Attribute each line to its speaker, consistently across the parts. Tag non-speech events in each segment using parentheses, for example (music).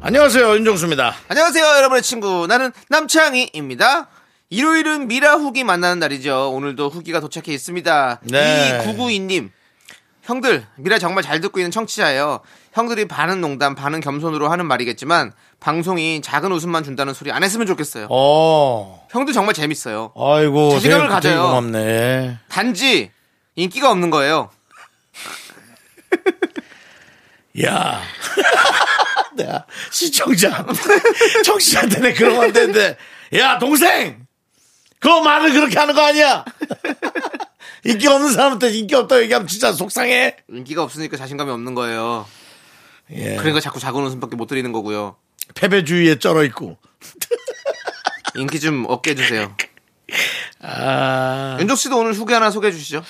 Speaker 1: 안녕하세요 윤정수입니다.
Speaker 2: 안녕하세요, 여러분의 친구. 나는 남창희입니다. 일요일은 미라 후기 만나는 날이죠. 오늘도 후기가 도착해 있습니다.
Speaker 1: 네.
Speaker 2: 이 992님. 형들, 미라 정말 잘 듣고 있는 청취자예요. 형들이 반은 농담, 반은 겸손으로 하는 말이겠지만, 방송이 작은 웃음만 준다는 소리 안 했으면 좋겠어요.
Speaker 1: 어,
Speaker 2: 형들 정말 재밌어요.
Speaker 1: 아이고
Speaker 2: 자신감을
Speaker 1: 되게 갑자기
Speaker 2: 가져요.
Speaker 1: 고맙네.
Speaker 2: 단지, 인기가 없는 거예요.
Speaker 1: 야, (laughs) 내가 시청자, (laughs) 청취자한테 내 그런 안 되는데, 야 동생, 그 말을 그렇게 하는 거 (laughs) 아니야? 인기 없는 사람한테 인기 없다고 얘기하면 진짜 속상해.
Speaker 2: 인기가 없으니까 자신감이 없는 거예요.
Speaker 1: 예.
Speaker 2: 그러니까 자꾸 작은 웃음밖에 못 드리는 거고요.
Speaker 1: 패배주의에 쩔어 있고.
Speaker 2: 인기 좀 얻게 해주세요.
Speaker 1: (laughs) 아,
Speaker 2: 윤종 씨도 오늘 후기 하나 소개해 주시죠.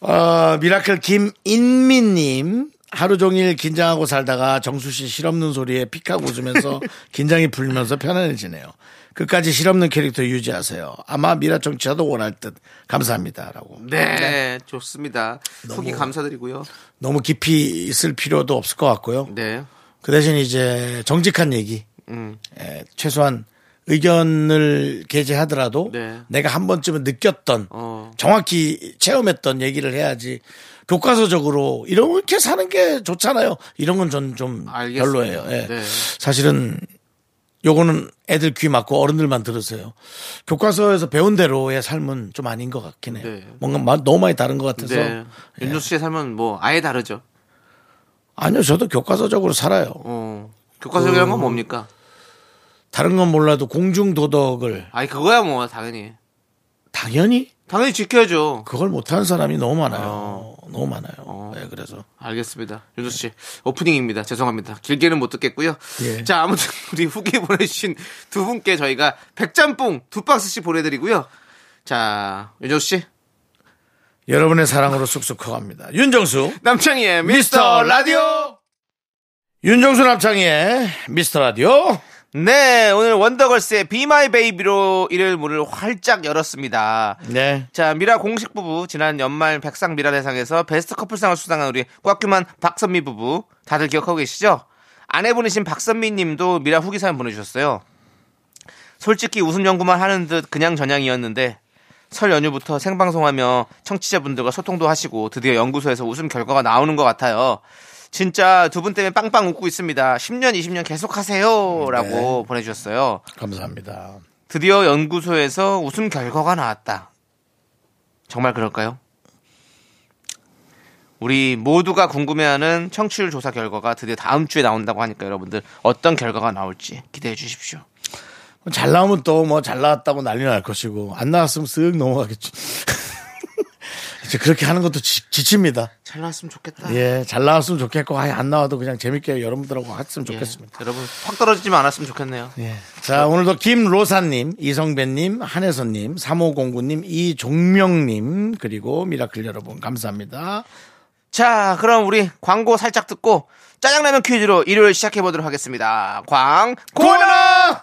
Speaker 1: 어, 미라클 김인미님. 하루 종일 긴장하고 살다가 정수 씨 실없는 소리에 픽하고 웃으면서 긴장이 풀리면서 편안해지네요. 끝까지 실없는 캐릭터 유지하세요. 아마 미라 청취자도 원할 듯 감사합니다. 라고.
Speaker 2: 네, 좋습니다. 후기 감사드리고요.
Speaker 1: 너무 깊이 있을 필요도 없을 것 같고요.
Speaker 2: 네.
Speaker 1: 그 대신 이제 정직한 얘기.
Speaker 2: 음.
Speaker 1: 예, 최소한 의견을 게재하더라도
Speaker 2: 네.
Speaker 1: 내가 한 번쯤은 느꼈던
Speaker 2: 어.
Speaker 1: 정확히 체험했던 얘기를 해야지 교과서적으로 이렇게 사는 게 좋잖아요. 이런 건 전 좀
Speaker 2: 알겠습니다.
Speaker 1: 별로예요. 예.
Speaker 2: 네.
Speaker 1: 사실은 요거는 애들 귀 맞고 어른들만 들으세요. 교과서에서 배운 대로의 삶은 좀 아닌 것 같긴 해요.
Speaker 2: 네.
Speaker 1: 뭔가 마- 너무 많이 다른 것 같아서 예.
Speaker 2: 네. 윤종 씨의 삶은 뭐 아예 다르죠.
Speaker 1: 아니요 저도 교과서적으로 살아요.
Speaker 2: 어.
Speaker 1: 그
Speaker 2: 교과서적인 건 뭡니까?
Speaker 1: 다른 건 몰라도 공중 도덕을
Speaker 2: 아니 그거야 뭐 당연히.
Speaker 1: 당연히
Speaker 2: 당연히 지켜야죠.
Speaker 1: 그걸 못하는 사람이 너무 많아요. 너무 많아요. 네, 그래서
Speaker 2: 알겠습니다. 윤종 씨 오프닝입니다. 죄송합니다. 길게는 못 듣겠고요.
Speaker 1: 예.
Speaker 2: 자 아무튼 (laughs) 우리 후기 보내주신 두 분께 저희가 백짬뽕 두 박스씩 보내드리고요. 자 윤종 씨
Speaker 1: 여러분의 사랑으로 쑥쑥 커갑니다. 윤정수,
Speaker 2: 남창희의 미스터 라디오.
Speaker 1: 윤정수 남창희의 미스터 라디오.
Speaker 2: 네 오늘 원더걸스의 Be My Baby로 일요일 문을 활짝 열었습니다.
Speaker 1: 네.
Speaker 2: 자 미라 공식 부부 지난 연말 백상 미라 대상에서 베스트 커플상을 수상한 우리 꽉규만 박선미 부부 다들 기억하고 계시죠? 아내분이신 박선미님도 미라 후기 사연 보내주셨어요. 솔직히 웃음 연구만 하는 듯 그냥 전향이었는데 설 연휴부터 생방송하며 청취자분들과 소통도 하시고 드디어 연구소에서 웃음 결과가 나오는 것 같아요. 진짜 두 분 때문에 빵빵 웃고 있습니다. 10년 20년 계속하세요라고 보내주셨어요.
Speaker 1: 감사합니다.
Speaker 2: 드디어 연구소에서 웃음 결과가 나왔다. 정말 그럴까요? 우리 모두가 궁금해하는 청취율 조사 결과가 드디어 다음 주에 나온다고 하니까 여러분들 어떤 결과가 나올지 기대해 주십시오.
Speaker 1: 잘 나오면 또 뭐 잘 나왔다고 난리 날 것이고 안 나왔으면 쓱 넘어가겠지. (laughs) 이제 그렇게 하는 것도 지, 칩니다
Speaker 2: 잘 나왔으면 좋겠다.
Speaker 1: 예, 잘 나왔으면 좋겠고 아예 안 나와도 그냥 재밌게 여러분들하고 했으면
Speaker 2: 예,
Speaker 1: 좋겠습니다.
Speaker 2: 여러분 확 떨어지지만 않았으면 좋겠네요.
Speaker 1: 예. 자, 오늘도 김로사님, 이성배님, 한혜선님, 3509님, 이종명님, 그리고 미라클 여러분, 감사합니다.
Speaker 2: 자, 그럼 우리 광고 살짝 듣고 짜장라면 퀴즈로 일요일 시작해 보도록 하겠습니다. 광고
Speaker 1: 고마워!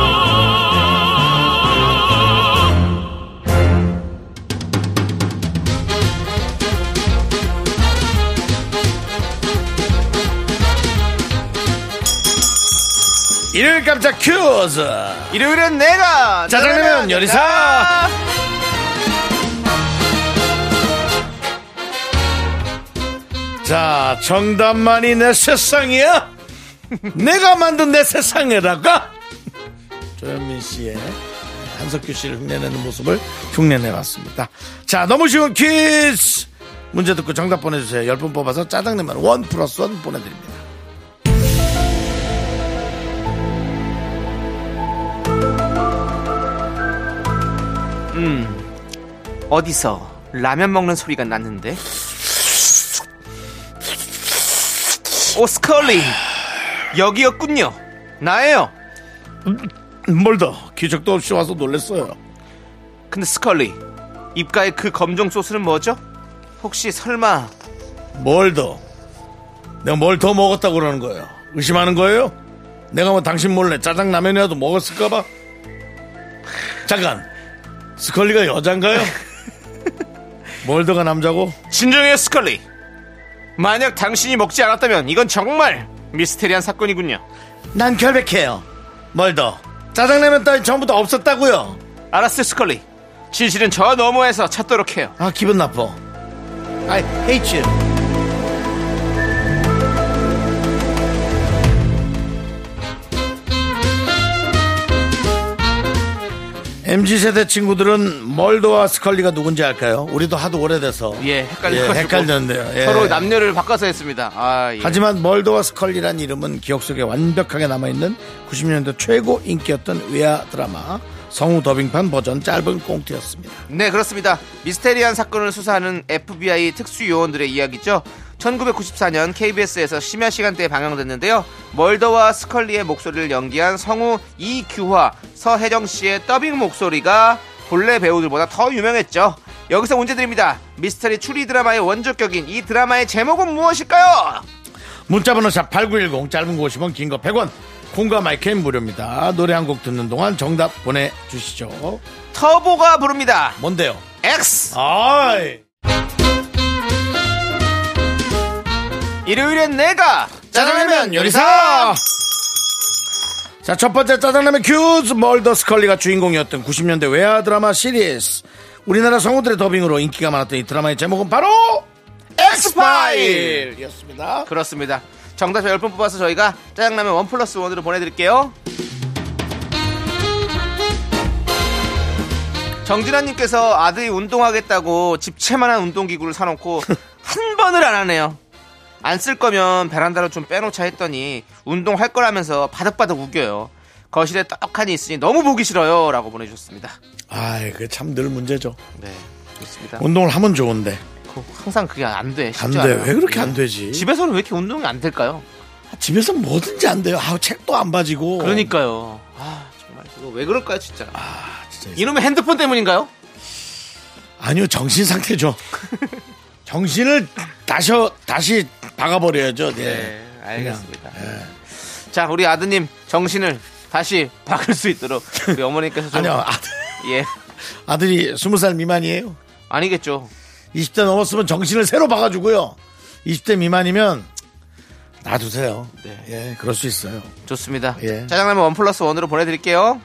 Speaker 1: 일요일 깜짝 큐즈.
Speaker 2: 일요일은 내가
Speaker 1: 짜장라면 요리사. 자, 정답만이 내 세상이야. (laughs) 내가 만든 내 세상에다가 조현민 씨의 한석규 씨를 흉내내는 모습을 흉내내봤습니다. 자, 너무 쉬운 퀴즈! 문제 듣고 정답 보내주세요. 10분 뽑아서 짜장라면 원 플러스 원 보내드립니다.
Speaker 2: 어디서 라면 먹는 소리가 났는데? 오스컬리 여기였군요. 나예요.
Speaker 1: 음, 뭘 더? 기적도 없이 와서 놀랬어요.
Speaker 2: 근데 스컬리 입가에 그 검정 소스는 뭐죠? 혹시 설마
Speaker 1: 뭘 더? 내가 뭘 더 먹었다고 그러는 거예요? 의심하는 거예요? 내가 뭐 당신 몰래 짜장라면이라도 먹었을까봐? 잠깐, 스컬리가 (laughs) 여잔가요? 몰더가 남자고?
Speaker 2: 진정해 스컬리 만약 당신이 먹지 않았다면 이건 정말 미스테리한 사건이군요
Speaker 1: 난 결백해요. 멀더. 짜장라면 따위 전부터 없었다고요.
Speaker 2: 알았어 스컬리 진실은 저 너머에서 찾도록 해요
Speaker 1: 아 기분 나빠. I hate you. MZ 세대 친구들은 멀더와 스컬리가 누군지 알까요? 우리도 하도 오래돼서
Speaker 2: 예 헷갈려가지고
Speaker 1: 예, 헷갈렸는데요. 예.
Speaker 2: 서로 남녀를 바꿔서 했습니다 아, 예.
Speaker 1: 하지만 멀더와 스컬리란 이름은 기억 속에 완벽하게 남아있는 90년대 최고 인기였던 외화 드라마 성우 더빙판 버전 짧은 꽁트였습니다.
Speaker 2: 네 그렇습니다 미스테리한 사건을 수사하는 FBI 특수요원들의 이야기죠 1994년 KBS에서 심야 시간대에 방영됐는데요 멀더와 스컬리의 목소리를 연기한 성우 이규화 서혜정 씨의 더빙 목소리가 본래 배우들보다 더 유명했죠 여기서 문제 드립니다 미스터리 추리 드라마의 원조격인 이 드라마의 제목은 무엇일까요?
Speaker 1: 문자번호 샵8910 짧은 거 50원 긴 거 100원 콩과 마이크는 무료입니다 노래 한 곡 듣는 동안 정답 보내주시죠
Speaker 2: 터보가 부릅니다
Speaker 1: 뭔데요
Speaker 2: X
Speaker 1: 아이
Speaker 2: 일요일엔 내가
Speaker 1: 짜장라면 요리사 자 첫 번째 짜장라면 큐즈 멀더 스컬리가 주인공이었던 90년대 외화 드라마 시리즈 우리나라 성우들의 더빙으로 인기가 많았던 이 드라마의 제목은 바로 엑스파일이었습니다
Speaker 2: 그렇습니다. 정답자 10분 뽑아서 저희가 짜장라면 원 플러스 원으로 보내드릴게요. 정진아님께서 아들이 운동하겠다고 집채만한 운동기구를
Speaker 1: (laughs)
Speaker 2: 사놓고 한 번을 안 하네요. 안 쓸 거면 베란다로 좀 빼놓자 했더니 운동할 거라면서 바득바득 우겨요. 거실에 떡하니 있으니 너무 보기 싫어요. 라고 보내주셨습니다.
Speaker 1: 아이 그게 참 늘 문제죠
Speaker 2: 네. 그렇습니다.
Speaker 1: 운동을 하면 좋은데
Speaker 2: 그- 항상 그게 안 돼. 쉽지
Speaker 1: 안돼
Speaker 2: 않아요.
Speaker 1: 왜 그렇게
Speaker 2: 예.
Speaker 1: 안 되지
Speaker 2: 집에서는 왜 이렇게 운동이 안 될까요?
Speaker 1: 집에서 뭐든지 안 돼요. 아우 책도 안 봐지고.
Speaker 2: 그러니까요. 어. 아 정말 이거 왜 그럴까요 진짜. 아,
Speaker 1: 진짜 이상-
Speaker 2: 이놈의 핸드폰 때문인가요?
Speaker 1: 아니요 정신 상태죠. 정신을 다시 다시 박아버려야죠. 네.
Speaker 2: 알겠습니다. 자 우리 아드님 정신을 다시 (laughs) 박을 수 있도록 우리 어머니께서 좀
Speaker 1: 아니요 아들,
Speaker 2: 예
Speaker 1: 아들이 스무 살 미만이에요.
Speaker 2: 아니겠죠.
Speaker 1: 20대 넘었으면 정신을 새로 박아주고요. 20대 미만이면 놔두세요.
Speaker 2: 네.
Speaker 1: 예, 그럴 수 있어요.
Speaker 2: 좋습니다.
Speaker 1: 예.
Speaker 2: 짜장라면 원 플러스 원으로 보내드릴게요.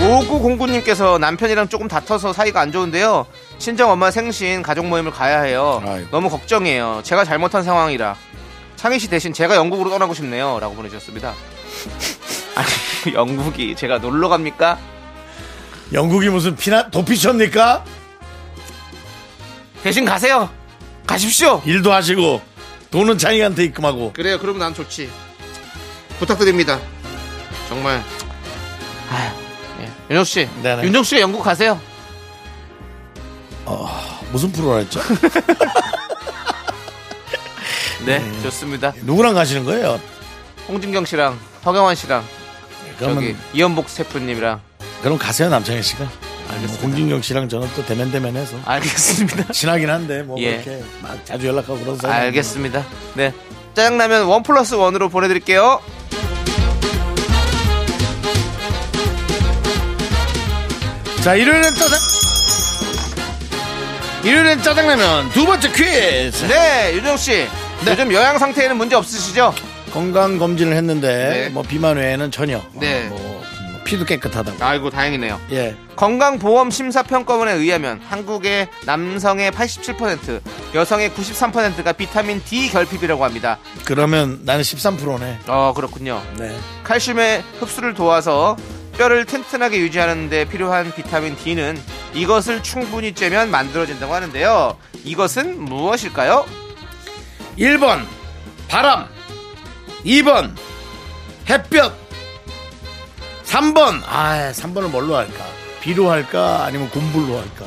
Speaker 2: 5909님께서 남편이랑 조금 다퉈서 사이가 안 좋은데요. 친정 엄마 생신 가족 모임을 가야 해요.
Speaker 1: 아이고.
Speaker 2: 너무 걱정이에요. 제가 잘못한 상황이라. 창희 씨 대신 제가 영국으로 떠나고 싶네요. 라고 보내주셨습니다. (laughs) 아니, 영국이 제가 놀러 갑니까?
Speaker 1: 영국이 무슨 피나 도피처입니까?
Speaker 2: 대신 가세요. 가십시오.
Speaker 1: 일도 하시고 돈은 장인한테 입금하고.
Speaker 2: 그래요. 그러면 난 좋지. 부탁드립니다. 정말. 아휴, 예. 윤정 씨,
Speaker 1: 네네.
Speaker 2: 윤정 씨가 영국 가세요.
Speaker 1: 무슨 프로라
Speaker 2: (laughs)
Speaker 1: 했죠?
Speaker 2: 네,
Speaker 1: 음.
Speaker 2: 좋습니다.
Speaker 1: 누구랑 가시는 거예요?
Speaker 2: 홍진경 씨랑 허경환 씨랑
Speaker 1: 그러면
Speaker 2: 저기 이연복 세프님이랑
Speaker 1: 그럼 가세요 남창희 씨가. 아니 뭐 홍진경 씨랑 저는 또 대면대면해서
Speaker 2: 알겠습니다.
Speaker 1: 친하긴 한데 뭐
Speaker 2: 예.
Speaker 1: 그렇게 막 자주 연락하고 그런 사이.
Speaker 2: (laughs) 알겠습니다. 네, 짜장라면 원 플러스 원으로 보내드릴게요.
Speaker 1: 자 일요일엔 짜장. 일요일엔 짜장라면 두 번째 퀴즈.
Speaker 2: 네, 윤정 씨. 요즘 요양 상태에는 문제 없으시죠?
Speaker 1: 건강 검진을 했는데
Speaker 2: 네.
Speaker 1: 뭐 비만 외에는 전혀.
Speaker 2: 네.
Speaker 1: 어, 뭐 피도 깨끗하다고.
Speaker 2: 아이고 다행이네요.
Speaker 1: 예.
Speaker 2: 건강보험 심사평가원에 의하면 한국의 남성의 87%, 여성의 93%가 비타민 D 결핍이라고 합니다.
Speaker 1: 그러면 나는 13%네.
Speaker 2: 어 그렇군요.
Speaker 1: 네.
Speaker 2: 칼슘의 흡수를 도와서 뼈를 튼튼하게 유지하는 데 필요한 비타민 D는 이것을 충분히 쬐면 만들어진다고 하는데요. 이것은 무엇일까요?
Speaker 1: 1번 바람 2번 햇볕 3번 아 3번을 뭘로 할까 비로 할까 아니면 곰불로 할까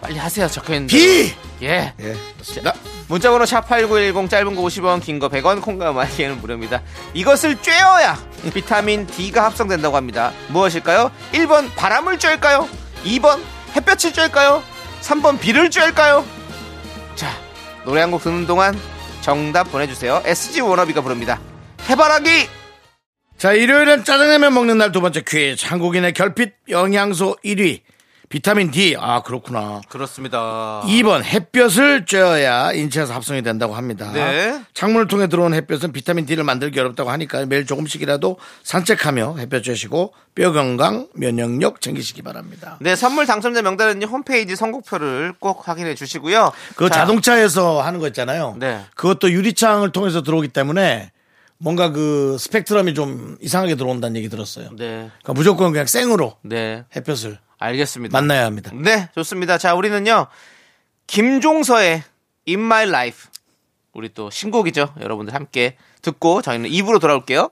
Speaker 2: 빨리 하세요. 적혀있는데.
Speaker 1: 비
Speaker 2: 예.
Speaker 1: 예, 그렇습니다.
Speaker 2: 문자번호 샵8910 짧은 거 50원 긴 거 100원 콩과 마이에는 무료입니다 이것을 쬐어야 비타민 D가 합성된다고 합니다 무엇일까요? 1번 바람을 쬐을까요? 2번 햇볕을 쬐을까요? 3번 비를 쬐을까요? 자 노래 한 곡 듣는 동안 정답 보내주세요 SG 워너비가 부릅니다 해바라기
Speaker 1: 자 일요일엔 짜장라면 먹는 날 두 번째 퀴즈 한국인의 결핍 영양소 1위 비타민 D 아 그렇구나
Speaker 2: 그렇습니다
Speaker 1: 2번 햇볕을 쬐어야 인체에서 합성이 된다고 합니다.
Speaker 2: 네.
Speaker 1: 창문을 통해 들어오는 햇볕은 비타민 D를 만들기 어렵다고 하니까 매일 조금씩이라도 산책하며 햇볕 쬐시고 뼈 건강, 면역력 챙기시기 바랍니다.
Speaker 2: 네 선물 당첨자 명단은 홈페이지 선곡표를 꼭 확인해 주시고요
Speaker 1: 그
Speaker 2: 자,
Speaker 1: 자동차에서 하는 거 있잖아요.
Speaker 2: 네.
Speaker 1: 그것도 유리창을 통해서 들어오기 때문에 뭔가 그 스펙트럼이 좀 이상하게 들어온다는 얘기 들었어요.
Speaker 2: 네,
Speaker 1: 그러니까 무조건 그냥 생으로
Speaker 2: 네
Speaker 1: 햇볕을
Speaker 2: 알겠습니다
Speaker 1: 만나야 합니다.
Speaker 2: 네, 좋습니다. 자, 우리는요. 김종서의 In My Life. 우리 또 신곡이죠. 여러분들 함께 듣고 저희는 2부로 돌아올게요.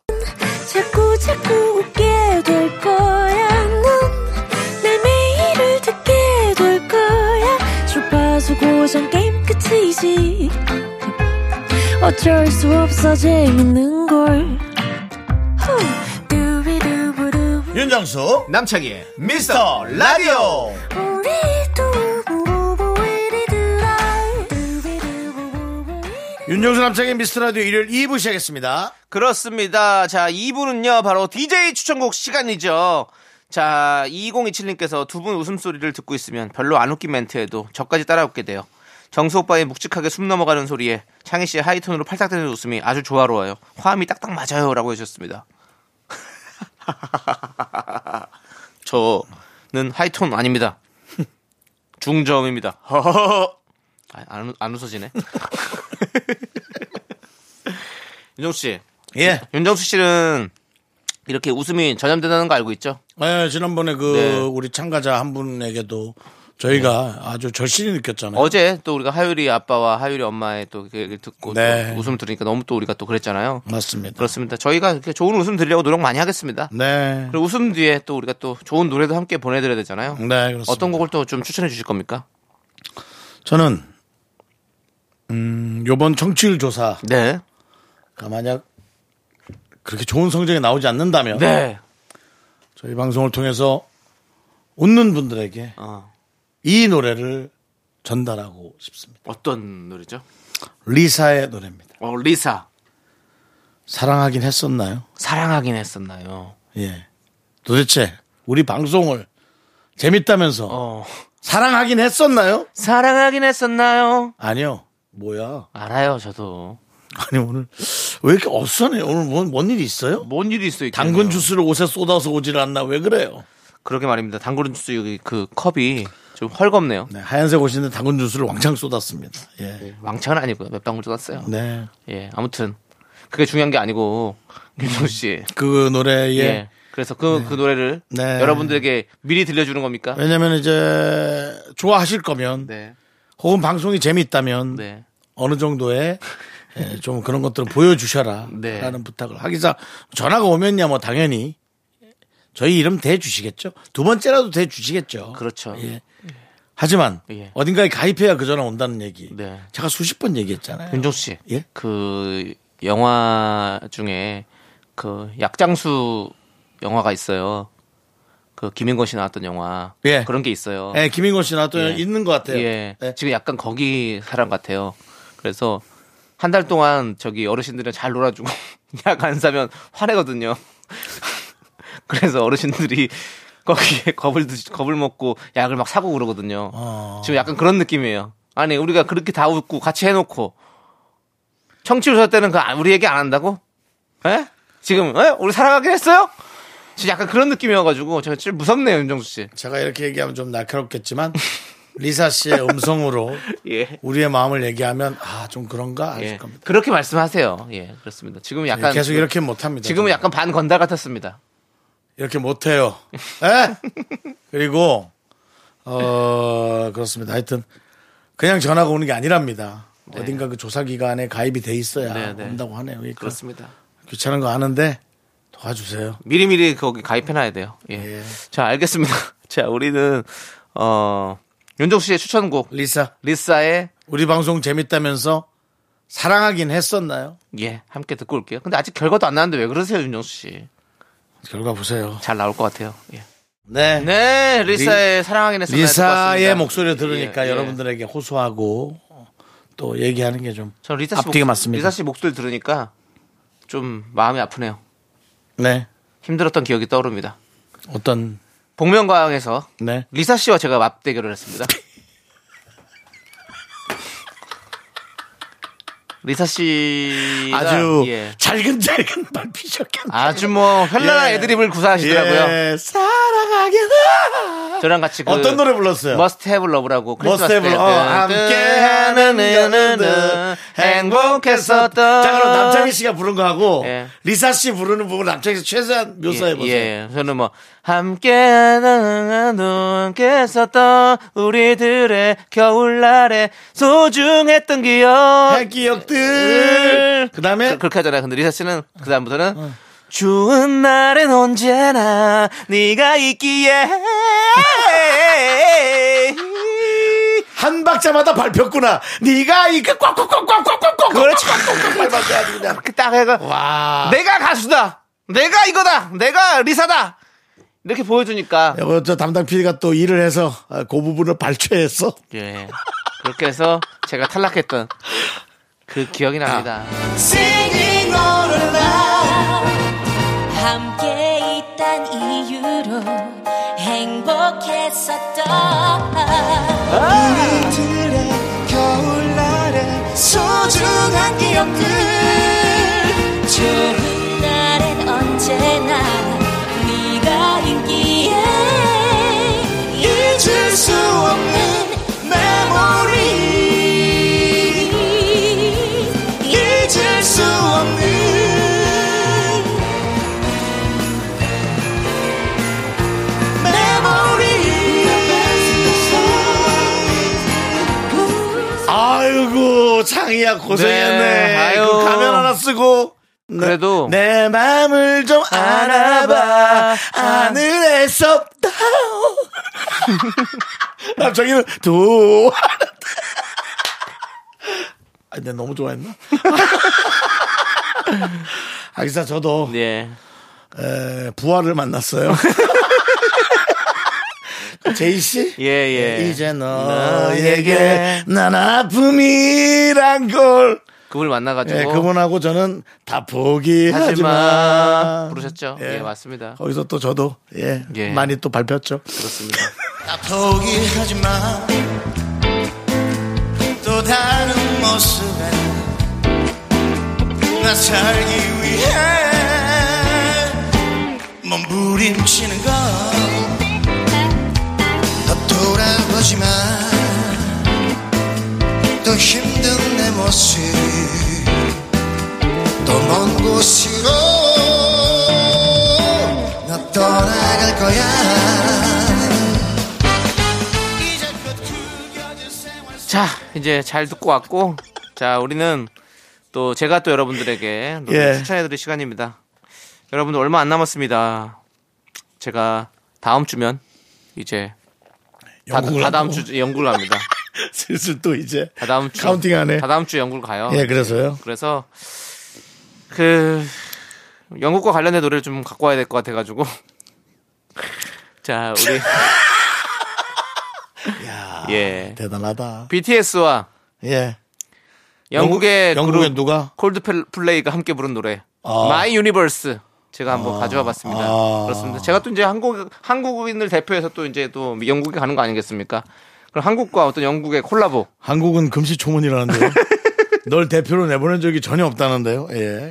Speaker 3: 자꾸 자꾸 웃게 될 거야. 넌내 매일을 듣게 될 거야. 주파수 고정 게임 끝이지. 어쩔 수 없어 재밌는 걸. 후. 두비두부두.
Speaker 1: 윤정수
Speaker 2: 남창희의
Speaker 1: 미스터 라디오
Speaker 3: 우리 두부부부 우리 두라. 두비두부부부 우리
Speaker 1: 윤정수 남창의 미스터 라디오 일요일 2부 시작했습니다.
Speaker 2: 그렇습니다. 자, 2부는요. 바로 DJ 추천곡 시간이죠. 자, 2027님께서 두 분 웃음소리를 듣고 있으면 별로 안 웃긴 멘트에도 저까지 따라 웃게 돼요. 정수 오빠의 묵직하게 숨 넘어가는 소리에 창희 씨의 하이톤으로 팔딱대는 웃음이 아주 조화로워요. 화음이 딱딱 맞아요. 라고 해주셨습니다. (laughs) 저는 하이톤 아닙니다. 중저음입니다. (laughs) 허허허. 아, 안, 웃- 안 웃어지네. (laughs) 윤정수 씨.
Speaker 1: 예.
Speaker 2: 윤정수 씨는 이렇게 웃음이 전염된다는 거 알고 있죠?
Speaker 1: 네, 지난번에 그
Speaker 2: 네.
Speaker 1: 우리 참가자 한 분에게도 저희가 아주 절실히 느꼈잖아요.
Speaker 2: 어제 또 우리가 하율이 아빠와 하율이 엄마의 또 그 얘기를 듣고
Speaker 1: 네.
Speaker 2: 또 웃음 들으니까 너무 또 우리가 또 그랬잖아요.
Speaker 1: 맞습니다.
Speaker 2: 그렇습니다. 저희가 이렇게 좋은 웃음 드리려고 노력 많이 하겠습니다.
Speaker 1: 네.
Speaker 2: 그리고 웃음 뒤에 또 우리가 또 좋은 노래도 함께 보내드려야 되잖아요.
Speaker 1: 네, 그렇습니다.
Speaker 2: 어떤 곡을 또 좀 추천해 주실 겁니까?
Speaker 1: 저는 음, 요번 청취율 조사가
Speaker 2: 네.
Speaker 1: 만약 그렇게 좋은 성적이 나오지 않는다면
Speaker 2: 네.
Speaker 1: 저희 방송을 통해서 웃는 분들에게
Speaker 2: 어.
Speaker 1: 이 노래를 전달하고 싶습니다.
Speaker 2: 어떤 노래죠?
Speaker 1: 리사의 노래입니다.
Speaker 2: 어, 리사.
Speaker 1: 사랑하긴 했었나요?
Speaker 2: 사랑하긴 했었나요?
Speaker 1: 예. 도대체 우리 방송을 재밌다면서
Speaker 2: 어.
Speaker 1: 사랑하긴 했었나요?
Speaker 2: 사랑하긴 했었나요?
Speaker 1: 아니요. 뭐야?
Speaker 2: 알아요, 저도.
Speaker 1: 아니 오늘 왜 이렇게 어수선해? 오늘 뭔, 뭔 일이 있어요?
Speaker 2: 뭔 일이 있어요?
Speaker 1: 당근 주스를 옷에 쏟아서 오질 않나 왜 그래요?
Speaker 2: 그러게 말입니다. 당근 주스 여기 그 컵이 좀 헐겁네요.
Speaker 1: 네, 하얀색 옷인데 당근 주스를 왕창 쏟았습니다. 예.
Speaker 2: 네, 왕창은 아니고요. 몇 방울 쏟았어요.
Speaker 1: 네.
Speaker 2: 예, 아무튼 그게 중요한 게 아니고 (laughs) 윤종 씨.
Speaker 1: 그 노래에
Speaker 2: 예. 그래서 그 그 노래를
Speaker 1: 네.
Speaker 2: 여러분들에게 미리 들려주는 겁니까?
Speaker 1: 왜냐면 이제 좋아하실 거면
Speaker 2: 네.
Speaker 1: 혹은 방송이 재미있다면
Speaker 2: 네.
Speaker 1: 어느 정도의 예, 좀 그런 것들을 보여주셔라
Speaker 2: 네.
Speaker 1: 라는 부탁을 하기사 전화가 오면야 뭐 당연히 저희 이름 대주시겠죠 두 번째라도 대주시겠죠
Speaker 2: 그렇죠.
Speaker 1: 예. 하지만
Speaker 2: 예.
Speaker 1: 어딘가에 가입해야 그 전화 온다는 얘기
Speaker 2: 네.
Speaker 1: 제가 수십 번 얘기했잖아요
Speaker 2: 윤종 씨.
Speaker 1: 예?
Speaker 2: 그 영화 중에 그 약장수 영화가 있어요. 그 김인권 씨 나왔던 영화.
Speaker 1: 예.
Speaker 2: 그런 게 있어요.
Speaker 1: 예, 김인권 씨나 또 있는 것 같아요
Speaker 2: 예.
Speaker 1: 예.
Speaker 2: 지금 약간 거기 사람 같아요. 그래서 한 달 동안 저기 어르신들은 잘 놀아주고 (laughs) 약 안 사면 화내거든요. (laughs) 그래서 어르신들이 거기에 (laughs) 겁을 드- 겁을 먹고 약을 막 사고 그러거든요.
Speaker 1: 어.
Speaker 2: 지금 약간 그런 느낌이에요. 아니 우리가 그렇게 다 웃고 같이 해놓고 예? 청취 조사 때는 그 아- 우리 얘기 안 한다고? 에? 지금 에? 우리 사랑하긴 했어요? 진짜 약간 그런 느낌이어가지고 제가 진짜 무섭네요 윤정수 씨.
Speaker 1: 제가 이렇게 얘기하면 좀 날카롭겠지만 (laughs) 리사 씨의 음성으로
Speaker 2: (laughs) 예.
Speaker 1: 우리의 마음을 얘기하면 아 좀 그런가 아실
Speaker 2: 예.
Speaker 1: 겁니다. 네,
Speaker 2: 그렇게 말씀하세요. 예, 그렇습니다. 지금 약간 그,
Speaker 1: 계속 이렇게 못합니다.
Speaker 2: 지금은
Speaker 1: 저는.
Speaker 2: 약간 반 건달 같았습니다.
Speaker 1: 이렇게 못해요.
Speaker 2: (laughs)
Speaker 1: 예? 그리고 어 그렇습니다. 하여튼 그냥 전화가 오는 게 아니랍니다. 어딘가 그 조사 기관에 가입이 돼 있어야
Speaker 2: 네, 네.
Speaker 1: 온다고 하네요. 그러니까
Speaker 2: 그렇습니다.
Speaker 1: 귀찮은 거 아는데 도와주세요.
Speaker 2: 미리미리 거기 가입해놔야 돼요. 예.
Speaker 1: 예.
Speaker 2: 자, 알겠습니다. (laughs) 자, 우리는 어 윤정수 씨의 추천곡
Speaker 1: 리사,
Speaker 2: 리사의
Speaker 1: 우리 방송 재밌다면서 사랑하긴 했었나요?
Speaker 2: 예 함께 듣고 올게요. 근데 아직 결과도 안 나왔는데 왜 그러세요, 윤정수 씨?
Speaker 1: 결과 보세요.
Speaker 2: 잘 나올 것 같아요. 예.
Speaker 1: 네.
Speaker 2: 네, 리사의 사랑하긴 했습니다.
Speaker 1: 리사의
Speaker 2: 듣고 왔습니다.
Speaker 1: 목소리를 들으니까
Speaker 2: 예, 예.
Speaker 1: 여러분들에게 호소하고 또 얘기하는 게좀
Speaker 2: 저 리사 씨
Speaker 1: 앞뒤가
Speaker 2: 목-
Speaker 1: 맞습니다.
Speaker 2: 리사 씨 목소리 들으니까 좀 마음이 아프네요.
Speaker 1: 네.
Speaker 2: 힘들었던 기억이 떠오릅니다.
Speaker 1: 어떤
Speaker 2: 복면가왕에서
Speaker 1: 네.
Speaker 2: 리사 씨와 제가 맞대결을 했습니다. 리사 씨
Speaker 1: 아주
Speaker 2: 예.
Speaker 1: 잘근잘근 밟히셨겠네.
Speaker 2: 아주 뭐 현란한
Speaker 1: 예.
Speaker 2: 애드립을 구사하시더라고요.
Speaker 1: 예, 사랑하게 나.
Speaker 2: 저랑 같이 그
Speaker 1: 어떤 노래 불렀어요?
Speaker 2: Must Have Love라고 크리스마스
Speaker 1: Must Have
Speaker 2: 때그
Speaker 1: Love. 어, 함께하는 연인은
Speaker 2: 행복했었던
Speaker 1: 자, 그럼 남창희 씨가 부른 거하고
Speaker 2: 예.
Speaker 1: 리사 씨 부르는 부분 남창희 씨 최대한 묘사해 보세요.
Speaker 2: 예, 예. 저는 뭐 함께하는 함께 썼던 우리들의 겨울날에 소중했던 기억
Speaker 1: 할 기억들. 그다음에
Speaker 2: 그- 그렇게 하잖아요. 근데 리사 씨는 그 다음부터는 좋은 날은 언제나 네가 있기에
Speaker 1: 한 박자마다 밟혔구나. 네가 이거 꽉꽉꽉꽉꽉꽉꽉 그렇지. 꽉꽉꽉 밟아줘야지 그냥.
Speaker 2: 이렇게 딱 해가
Speaker 1: 와.
Speaker 2: 내가 가수다. 내가 이거다. 내가 리사다. 이렇게 보여주니까
Speaker 1: 요거 어, 저 담당 PD가 또 일을 해서 아, 그 부분을 발췌해서
Speaker 2: 예 그렇게 해서 제가 탈락했던 그 기억이 납니다.
Speaker 3: 함께 있단 이유로 행복했었던 소중한 기억들 좋은 날엔 언제나 네가 있기에 잊을 수 없는 메모리 잊을 수 없는
Speaker 1: 아이고 창이야 고생했네.
Speaker 2: 네, 아유.
Speaker 1: 그 가면 하나 쓰고 네,
Speaker 2: 그래도-
Speaker 1: 내 마음을 좀 알아봐 하늘에서
Speaker 2: (laughs)
Speaker 1: 다오 아, 남창이는 도 아, 내가 너무
Speaker 2: (laughs)
Speaker 1: 좋아했나? 아, 기사 저도
Speaker 2: 예.
Speaker 1: 에, 부하를
Speaker 2: (laughs)
Speaker 1: 만났어요. 그 제이 씨? 네,
Speaker 2: 예, 예.
Speaker 1: 이제 너에게 난 아픔이란 걸.
Speaker 2: 그분을 만나가지고
Speaker 1: 예, 그분하고 저는 다 포기하지 마.
Speaker 2: 어. 하지만 부르셨죠? 예, 맞습니다.
Speaker 1: 거기서 또 저도, 예,
Speaker 2: 예.
Speaker 1: 많이 또 밟혔죠. (laughs)
Speaker 2: 그렇습니다.
Speaker 1: 다 포기하지 마. 또 다른 모습에 나 살기 위해 몸부림치는 걸. 너 돌아보지 마. 또 힘든 내 모습. 또 먼 곳으로 나 떠나갈 거야.
Speaker 2: 자, 이제 잘 듣고 왔고, 자, 우리는 또 제가 또 여러분들에게 노래
Speaker 1: 예.
Speaker 2: 추천해드릴 시간입니다. 여러분들 얼마 안 남았습니다. 제가 다음 주면 이제 다,
Speaker 1: 영국을
Speaker 2: 다
Speaker 1: (laughs)
Speaker 2: 다음
Speaker 1: 하고
Speaker 2: 주 영국을 갑니다.
Speaker 1: 슬슬 또 이제
Speaker 2: 다 다음 주
Speaker 1: 카운팅하네.
Speaker 2: 다 다음 주 영국을 가요.
Speaker 1: 예, 그래서요.
Speaker 2: 그래서 그 영국과 관련된 노래를 좀 갖고 와야 될 것 같아가지고 (laughs) 자 우리
Speaker 1: 야,
Speaker 2: (laughs) 예
Speaker 1: 대단하다.
Speaker 2: BTS와
Speaker 1: 예.
Speaker 2: 영국의
Speaker 1: 영국- 영국의
Speaker 2: 그룹
Speaker 1: 누가?
Speaker 2: 콜드플레이가 함께 부른 노래
Speaker 1: 아.
Speaker 2: 마이 유니버스 제가 한번 가져와 봤습니다.
Speaker 1: 아.
Speaker 2: 그렇습니다. 제가 또 이제 한국 한국인을 대표해서 또 이제 또 영국에 가는 거 아니겠습니까? 그럼 한국과 어떤 영국의 콜라보 (laughs)
Speaker 1: 한국은 금시초문이라는데요. 널 대표로 내보낸 적이 전혀 없다는데요. 예.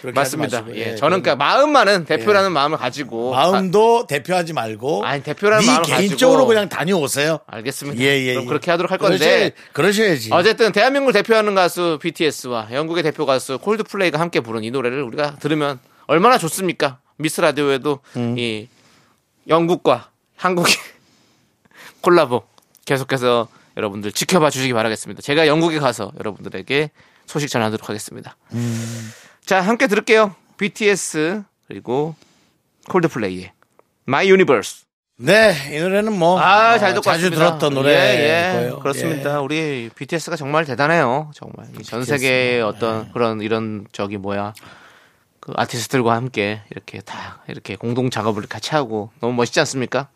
Speaker 1: 그렇게 하지
Speaker 2: 맞습니다.
Speaker 1: 마시고.
Speaker 2: 예,
Speaker 1: 예,
Speaker 2: 저는 그러니까 마음만은 대표라는 마음을 가지고
Speaker 1: 마음도 대표하지 말고
Speaker 2: 아니, 대표라는
Speaker 1: 네
Speaker 2: 마음을 가지고.
Speaker 1: 개인적으로 그냥 다녀오세요.
Speaker 2: 가- 알겠습니다.
Speaker 1: 예예.
Speaker 2: 그럼 그렇게 하도록 할 건데
Speaker 1: 그러셔야지.
Speaker 2: 어쨌든 대한민국을 대표하는 가수 BTS와 영국의 대표 가수 콜드플레이가 함께 부른 이 노래를 우리가 들으면 얼마나 좋습니까? 미스 라디오에도
Speaker 1: 음.
Speaker 2: 이 영국과 한국의 (laughs) 콜라보 계속해서 여러분들 지켜봐 주시기 바라겠습니다. 제가 영국에 가서 여러분들에게 소식 전하도록 하겠습니다.
Speaker 1: 음.
Speaker 2: 자, 함께 들을게요. BTS 그리고 콜드플레이의 My Universe.
Speaker 1: 네, 이 노래는 뭐
Speaker 2: 아, 잘
Speaker 1: 어,
Speaker 2: 듣고
Speaker 1: 자주
Speaker 2: 왔습니다.
Speaker 1: 들었던 노래
Speaker 2: 예, 예.
Speaker 1: 거예요.
Speaker 2: 그렇습니다. 우리 BTS가 정말 대단해요. 정말 이전
Speaker 1: 네.
Speaker 2: 세계의 어떤 그런 이런 저기 뭐야 그 아티스트들과 함께 이렇게 다 이렇게 공동 작업을 같이 하고 너무 멋있지 않습니까?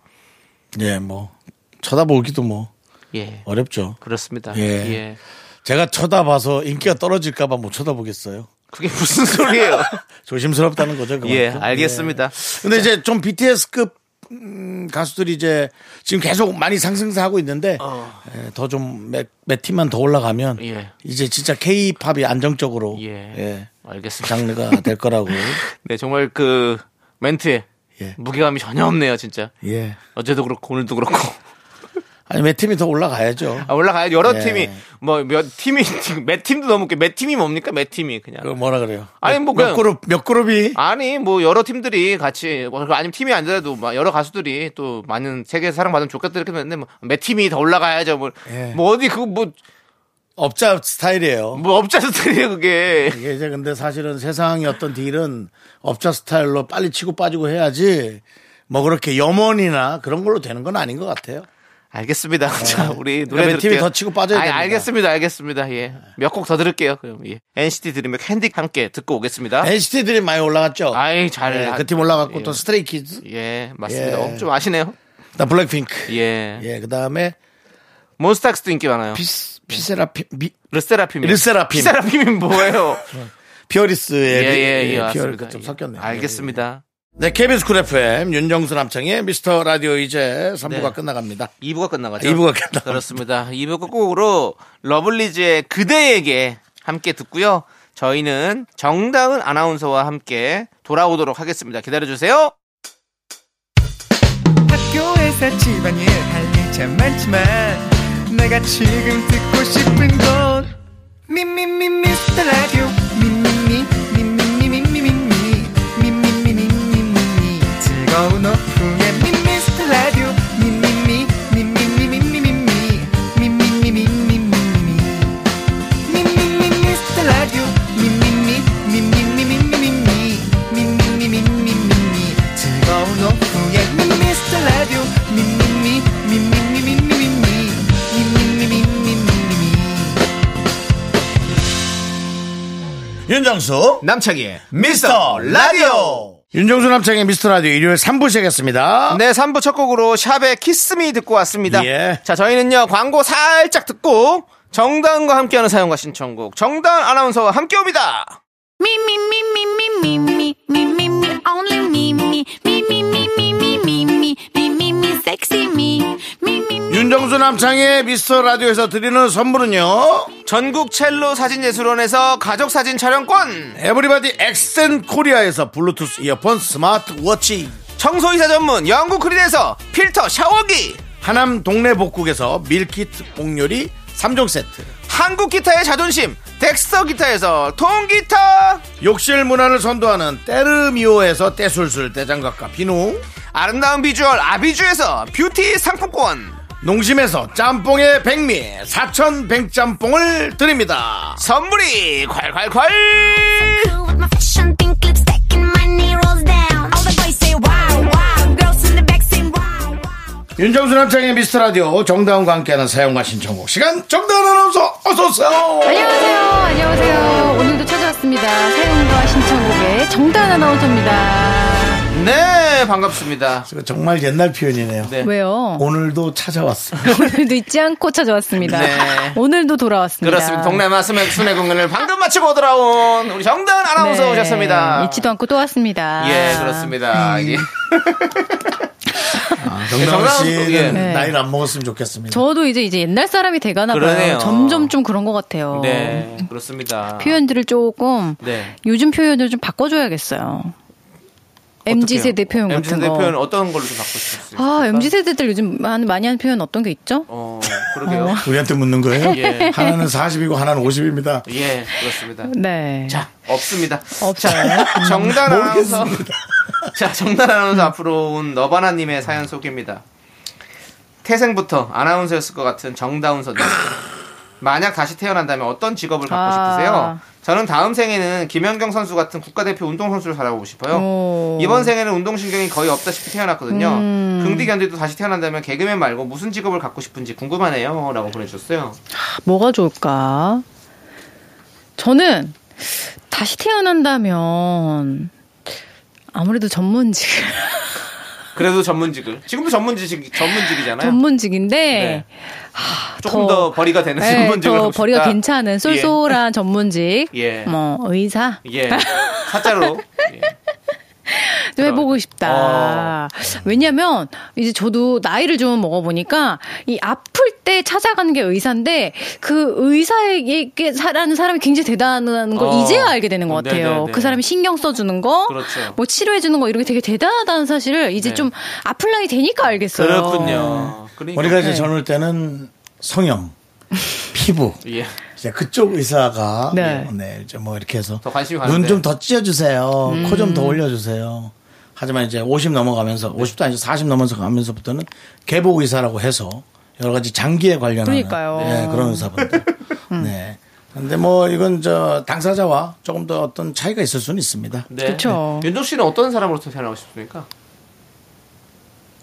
Speaker 1: 예. 예, 뭐 쳐다보기도 뭐
Speaker 2: 예,
Speaker 1: 어렵죠.
Speaker 2: 그렇습니다.
Speaker 1: 예.
Speaker 2: 예.
Speaker 1: 제가 쳐다봐서 인기가 떨어질까봐 못 쳐다보겠어요.
Speaker 2: 그게
Speaker 1: (laughs)
Speaker 2: 무슨 소리예요?
Speaker 1: 조심스럽다는 거죠. 그만큼.
Speaker 2: 예, 알겠습니다.
Speaker 1: 근데 이제 좀 BTS급 음, 가수들이 이제 지금 계속 많이 상승세하고 있는데 예, 더 좀 몇 팀만 더 올라가면
Speaker 2: 어. 예.
Speaker 1: 이제 진짜 K-팝이 안정적으로
Speaker 2: 예,
Speaker 1: 예,
Speaker 2: 알겠습니다.
Speaker 1: 장르가 될 거라고.
Speaker 2: 네, 정말 그 멘트에
Speaker 1: 예.
Speaker 2: 무게감이 전혀 없네요, 진짜.
Speaker 1: 예.
Speaker 2: 어제도 그렇고 오늘도 그렇고.
Speaker 1: 아니 몇 팀이 더 올라가야죠.
Speaker 2: 아, 올라가요. 여러
Speaker 1: 예.
Speaker 2: 팀이 뭐 몇 팀이 (laughs) 지금 몇 팀도 넘게 몇 팀이 뭡니까? 몇 팀이 그냥.
Speaker 1: 그 뭐라 그래요?
Speaker 2: 아니, 뭐
Speaker 1: 몇
Speaker 2: 그냥-
Speaker 1: 그룹 몇 그룹이
Speaker 2: 아니 뭐 여러 팀들이 같이 뭐, 아니면 팀이 아니더라도 막 여러 가수들이 또 많은 세계 사랑받은 조카들 이렇게 했는데 뭐몇 팀이 더 올라가야죠 뭐,
Speaker 1: 예.
Speaker 2: 뭐 어디 그거 뭐,
Speaker 1: 업자 스타일이에요.
Speaker 2: 뭐 업자 스타일이에요 그게
Speaker 1: 이게 이제 근데 사실은 세상의 어떤 딜은 업자 스타일로 빨리 치고 빠지고 해야지 뭐 그렇게 염원이나 그런 걸로 되는 건 아닌 것 같아요.
Speaker 2: 알겠습니다 (laughs) 자 우리 노래
Speaker 1: 몇 팀이
Speaker 2: 들을게요.
Speaker 1: 더 치고 빠져야
Speaker 2: 아니,
Speaker 1: 됩니다.
Speaker 2: 알겠습니다 알겠습니다 예몇 곡 더 들을게요 그럼 예. NCT 드림의 캔디 함께 듣고 오겠습니다
Speaker 1: NCT 드림 많이 올라갔죠.
Speaker 2: 아이 잘
Speaker 1: 예. 그 팀 올라갔고
Speaker 2: 예.
Speaker 1: 또 스트레이 키즈,
Speaker 2: 예 맞습니다
Speaker 1: 예.
Speaker 2: 어, 좀 아시네요
Speaker 1: 나 블랙핑크.
Speaker 2: 예,
Speaker 1: 예, 그다음에
Speaker 2: 몬스타엑스도 인기 많아요
Speaker 1: 피스 피세라피 미,
Speaker 2: 르세라핌
Speaker 1: 르세라핌.
Speaker 2: 르세라핌이 뭐예요
Speaker 1: 피어리스의
Speaker 2: 예예예
Speaker 1: 리-
Speaker 2: 맞습니다
Speaker 1: 피어리스 좀 섞였네요.
Speaker 2: 예. 알겠습니다
Speaker 1: 네, KBS 쿨 FM 윤정수 남창의 미스터 라디오 이제 3부가
Speaker 2: 네.
Speaker 1: 끝나갑니다.
Speaker 2: 2부가 끝나가죠.
Speaker 1: 2부가 아, 끝나.
Speaker 2: 그렇습니다. 2부 끝곡으로 러블리즈의 그대에게 함께 듣고요. 저희는 정다은 아나운서와 함께 돌아오도록 하겠습니다. 기다려주세요.
Speaker 4: 학교에서 집안일 할 일 참 많지만 내가 지금 듣고 싶은 건 미미미 미스터 라디오 미미미 미미미 미미미 미미미 미미미 즐거운 오후에 미스터 라디오 미미미 미미미 미미미 미미미 미미미
Speaker 1: 윤정수
Speaker 2: 남창희의
Speaker 1: 미스터 라디오. 윤정수 남창의 미스터 라디오 일요일 3부 시작했습니다.
Speaker 2: 네, 3부 첫 곡으로 샵의 키스미 듣고 왔습니다.
Speaker 1: 예.
Speaker 2: 자, 저희는요, 광고 살짝 듣고 정다은과 함께하는 사연과 신청곡 정다은 아나운서와 함께 옵니다.
Speaker 5: Me, me, me, me, me, me, me, me, me, me, only me, me, me, me, me, me, me, me, me, me, me, me, sexy me, me, me, me.
Speaker 1: 윤정수 남창의 미스터 라디오에서 드리는 선물은요.
Speaker 2: 전국 첼로 사진예술원에서 가족사진 촬영권!
Speaker 1: 에브리바디 엑센 코리아에서 블루투스 이어폰 스마트워치
Speaker 2: 청소이사 전문 영국 크린에서 필터 샤워기!
Speaker 1: 하남 동네 복국에서 밀키트 복요리 3종 세트
Speaker 2: 한국 기타의 자존심 덱스터 기타에서 통기타
Speaker 1: 욕실 문화를 선도하는 때르미오에서 때술술 때장갑과 비누
Speaker 2: 아름다운 비주얼 아비주에서 뷰티 상품권
Speaker 1: 농심에서 짬뽕의 백미 사천 백짬뽕을 드립니다
Speaker 2: 선물이 콸콸콸
Speaker 5: Cool with my fashion, pink lipstick, and my knee rolls down. All the boys say wow, wow. Girls in the back say wow, wow.
Speaker 1: 윤정수 남창의 미스터라디오 정다운과 함께하는 사용과 신청곡 시간 정다운 아나운서 어서오세요
Speaker 6: 안녕하세요. 안녕하세요. 오늘도 찾아왔습니다. 사연과 신청곡의 정단 아나운서입니다.
Speaker 2: 네 반갑습니다
Speaker 1: 정말 옛날 표현이네요
Speaker 2: 네.
Speaker 6: 왜요?
Speaker 1: 오늘도 찾아왔습니다
Speaker 6: 오늘도 잊지 않고 찾아왔습니다.
Speaker 2: 네.
Speaker 6: 오늘도 돌아왔습니다.
Speaker 2: 그렇습니다 동남아 순회, 순회 공연을 방금 마치고 돌아온 우리 정다은 아나운서
Speaker 6: 네.
Speaker 2: 오셨습니다 음.
Speaker 6: 잊지도 않고 또 왔습니다.
Speaker 2: 예 그렇습니다 예.
Speaker 1: 정다은
Speaker 2: 정다은
Speaker 1: 씨는
Speaker 2: 예.
Speaker 6: 네.
Speaker 1: 나이를 안 먹었으면 좋겠습니다.
Speaker 6: 저도 이제 이제 옛날 사람이 돼가나
Speaker 2: 그러네요.
Speaker 6: 봐요. 점점 좀 그런 것 같아요.
Speaker 2: 네, 그렇습니다.
Speaker 6: 표현들을 조금
Speaker 2: 네.
Speaker 6: 요즘 표현을 좀 바꿔줘야겠어요. mz 세대 표현
Speaker 2: MZ
Speaker 6: 같은
Speaker 2: 세대
Speaker 6: 거.
Speaker 2: 표현 어떤 걸로 좀 바꿀 수 있을까요?
Speaker 6: 아 mz 세대들 요즘 많이 많이 하는 표현 어떤 게 있죠?
Speaker 2: 어, 그러게요.
Speaker 6: 아,
Speaker 1: 우리한테 묻는
Speaker 6: (laughs)
Speaker 1: 거예요?
Speaker 2: 예.
Speaker 1: 하나는 40이고 하나는 50입니다.
Speaker 2: 예,
Speaker 6: (laughs)
Speaker 2: 그렇습니다.
Speaker 6: 네.
Speaker 2: 자, 없습니다.
Speaker 6: 없어요.
Speaker 2: 정단
Speaker 6: 음,
Speaker 2: 아나운서. (laughs) 자, 정단 아나운서 앞으로 온 너바나님의 사연 소개입니다. 태생부터 아나운서였을 것 같은 정다운서님. 만약 다시 태어난다면 어떤 직업을 갖고
Speaker 6: 아.
Speaker 2: 싶으세요? 저는 다음 생에는 김연경 선수 같은 국가대표 운동선수를 살아보고 싶어요.
Speaker 6: 오.
Speaker 2: 이번 생에는 운동신경이 거의 없다시피 태어났거든요.
Speaker 6: 음.
Speaker 2: 긍디 견디도 다시 태어난다면 개그맨 말고 무슨 직업을 갖고 싶은지 궁금하네요. 라고 보내주셨어요.
Speaker 6: 뭐가 좋을까? 저는 다시 태어난다면
Speaker 2: (laughs)
Speaker 6: 아무래도 전문직
Speaker 2: 그래도 전문직을. 지금도 전문직, 전문직이잖아요.
Speaker 6: 전문직인데
Speaker 2: 네. 조금
Speaker 6: 더-
Speaker 2: 더 버리가 되는
Speaker 6: 네,
Speaker 2: 전문직을
Speaker 6: 더
Speaker 2: 하고 싶다.
Speaker 6: 버리가
Speaker 2: (laughs)
Speaker 6: 괜찮은 쏠쏠한 전문직,
Speaker 2: 아, 예.
Speaker 6: 뭐 의사
Speaker 2: 예. 사자로.
Speaker 6: (laughs)
Speaker 2: 예.
Speaker 6: 좀 해보고 싶다.
Speaker 2: 어.
Speaker 6: 왜냐면 이제 저도 나이를 좀 먹어보니까 이 아플 때 찾아가는 게 의사인데 그 의사에게 사라는 사람이 굉장히 대단한 걸
Speaker 2: 어.
Speaker 6: 이제야 알게 되는 것 같아요.
Speaker 2: 네네네.
Speaker 6: 그 사람이 신경 써주는 거,
Speaker 2: 그렇죠.
Speaker 6: 뭐 치료해주는 거 이런 게 되게 대단하다는 사실을 이제
Speaker 2: 네.
Speaker 6: 좀 아플 나이 되니까 알겠어요.
Speaker 2: 그렇군요. 그러니까.
Speaker 1: 우리가 이제
Speaker 6: 네.
Speaker 1: 젊을 때는 성형, 피부,
Speaker 2: 예.
Speaker 1: 이제 그쪽 의사가
Speaker 6: 네.
Speaker 1: 네, 이제 뭐 이렇게 해서
Speaker 2: 더 관심이
Speaker 1: 눈
Speaker 2: 가는데.
Speaker 1: 좀 더 찢어주세요,
Speaker 6: 음.
Speaker 1: 코 좀 더 올려주세요. 하지만 이제 50 넘어가면서
Speaker 6: 네.
Speaker 1: 50도 아니고 40 넘어서 가면서부터는 개복 의사라고 해서 여러 가지 장기에 관련한
Speaker 6: 그러니까요. 음.
Speaker 1: 네, 그런 의사분들. 네. 근데 뭐 이건 저 당사자와 조금 더 어떤 차이가 있을 수는 있습니다.
Speaker 2: 네.
Speaker 6: 그쵸.
Speaker 2: 윤종 씨는 어떤 사람으로서 태어나고 싶습니까?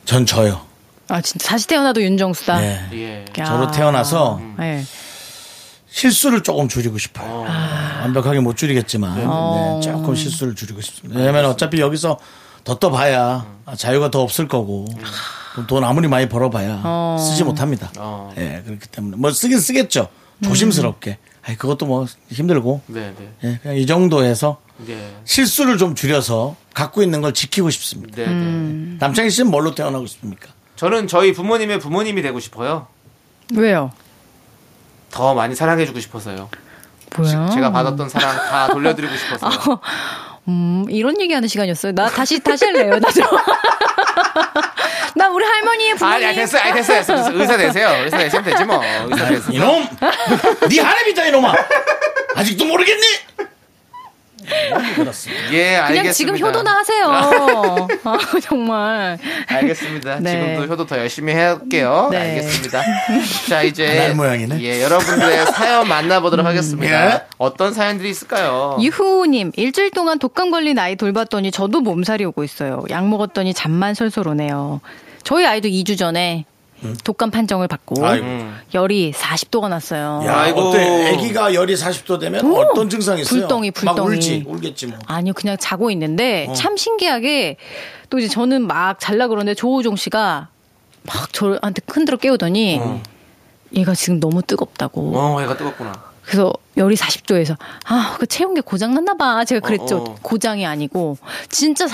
Speaker 1: 전 저요.
Speaker 6: 아 진짜 다시 태어나도 윤정수다.
Speaker 1: 네.
Speaker 2: 예.
Speaker 6: 아. 야.
Speaker 1: 저로 태어나서
Speaker 6: 네.
Speaker 1: 실수를 조금 줄이고 싶어요.
Speaker 6: 아.
Speaker 1: 네, 완벽하게 못 줄이겠지만 네, 조금 실수를 줄이고 싶습니다. 왜냐하면 어차피 여기서 더 떠봐야 자유가 더 없을 거고 돈 아무리 많이 벌어봐야 쓰지 못합니다.
Speaker 2: 어.
Speaker 1: 예, 그렇기 때문에 뭐 쓰긴 쓰겠죠. 조심스럽게. 아이, 그것도 뭐 힘들고
Speaker 2: 네, 네.
Speaker 1: 예, 그냥 이 정도에서
Speaker 2: 네.
Speaker 1: 실수를 좀 줄여서 갖고 있는 걸 지키고 싶습니다.
Speaker 2: 네, 네.
Speaker 6: 음.
Speaker 1: 남창희 씨는 뭘로 태어나고 싶습니까?
Speaker 2: 저는 저희 부모님의 부모님이 되고 싶어요.
Speaker 6: 왜요?
Speaker 2: 더 많이 사랑해주고 싶어서요.
Speaker 6: 뭐야?
Speaker 2: 제가 받았던 사랑 다 돌려드리고
Speaker 6: 아,
Speaker 2: 싶어서요. 아,
Speaker 6: 음, 이런 얘기하는 시간이었어요. 나 다시 다시 할래요. 나 좀. (laughs) 나 우리 할머니의
Speaker 2: 아,
Speaker 6: 부모님.
Speaker 2: 야, 됐어요. 아, 됐어요. 됐어요. 됐어요. 의사 되세요. 의사 되시면 되지 뭐. 의사 되세요.
Speaker 1: 이놈! 네 하렘이다 이놈아! 아직도 모르겠니? 그렇습니다.
Speaker 2: 예, 알겠습니다.
Speaker 6: 그냥 지금 효도나 하세요. (laughs) 아, 정말.
Speaker 2: (laughs) 알겠습니다.
Speaker 6: 네.
Speaker 2: 지금도 효도 더 열심히 할게요.
Speaker 6: 네. (laughs)
Speaker 2: 알겠습니다. 자, 이제
Speaker 1: 날 모양이네.
Speaker 2: 예, 여러분들의 사연 만나보도록 하겠습니다.
Speaker 1: 예.
Speaker 2: 어떤 사연들이 있을까요?
Speaker 6: 음, 유후님 일주일 동안 독감 걸린 아이 돌봤더니 저도 몸살이 오고 있어요. 약 먹었더니 잠만 솔솔 오네요. 저희 아이도 2주 전에 독감 판정을 받고
Speaker 1: 음. 아이고.
Speaker 6: 열이 40도가 났어요.
Speaker 1: 야,
Speaker 2: 아이고.
Speaker 1: 어때? 아기가 열이 40도 되면 어떤 증상이 있어요?
Speaker 6: 불덩이, 불덩이.
Speaker 1: 막 울지, 울겠지 뭐.
Speaker 6: 아니요, 그냥 자고
Speaker 2: 어.
Speaker 6: 있는데 참 신기하게 또 이제 저는 막 잘라 그러는데 조우종 씨가 막 저한테 흔들어 깨우더니 얘가 지금 너무 뜨겁다고.
Speaker 2: 어, 얘가 뜨겁구나.
Speaker 6: 그래서 열이 40도에서 아, 그 체온 계 고장 났나 봐. 제가 그랬죠.
Speaker 2: 어, 어.
Speaker 6: 고장이 아니고 진짜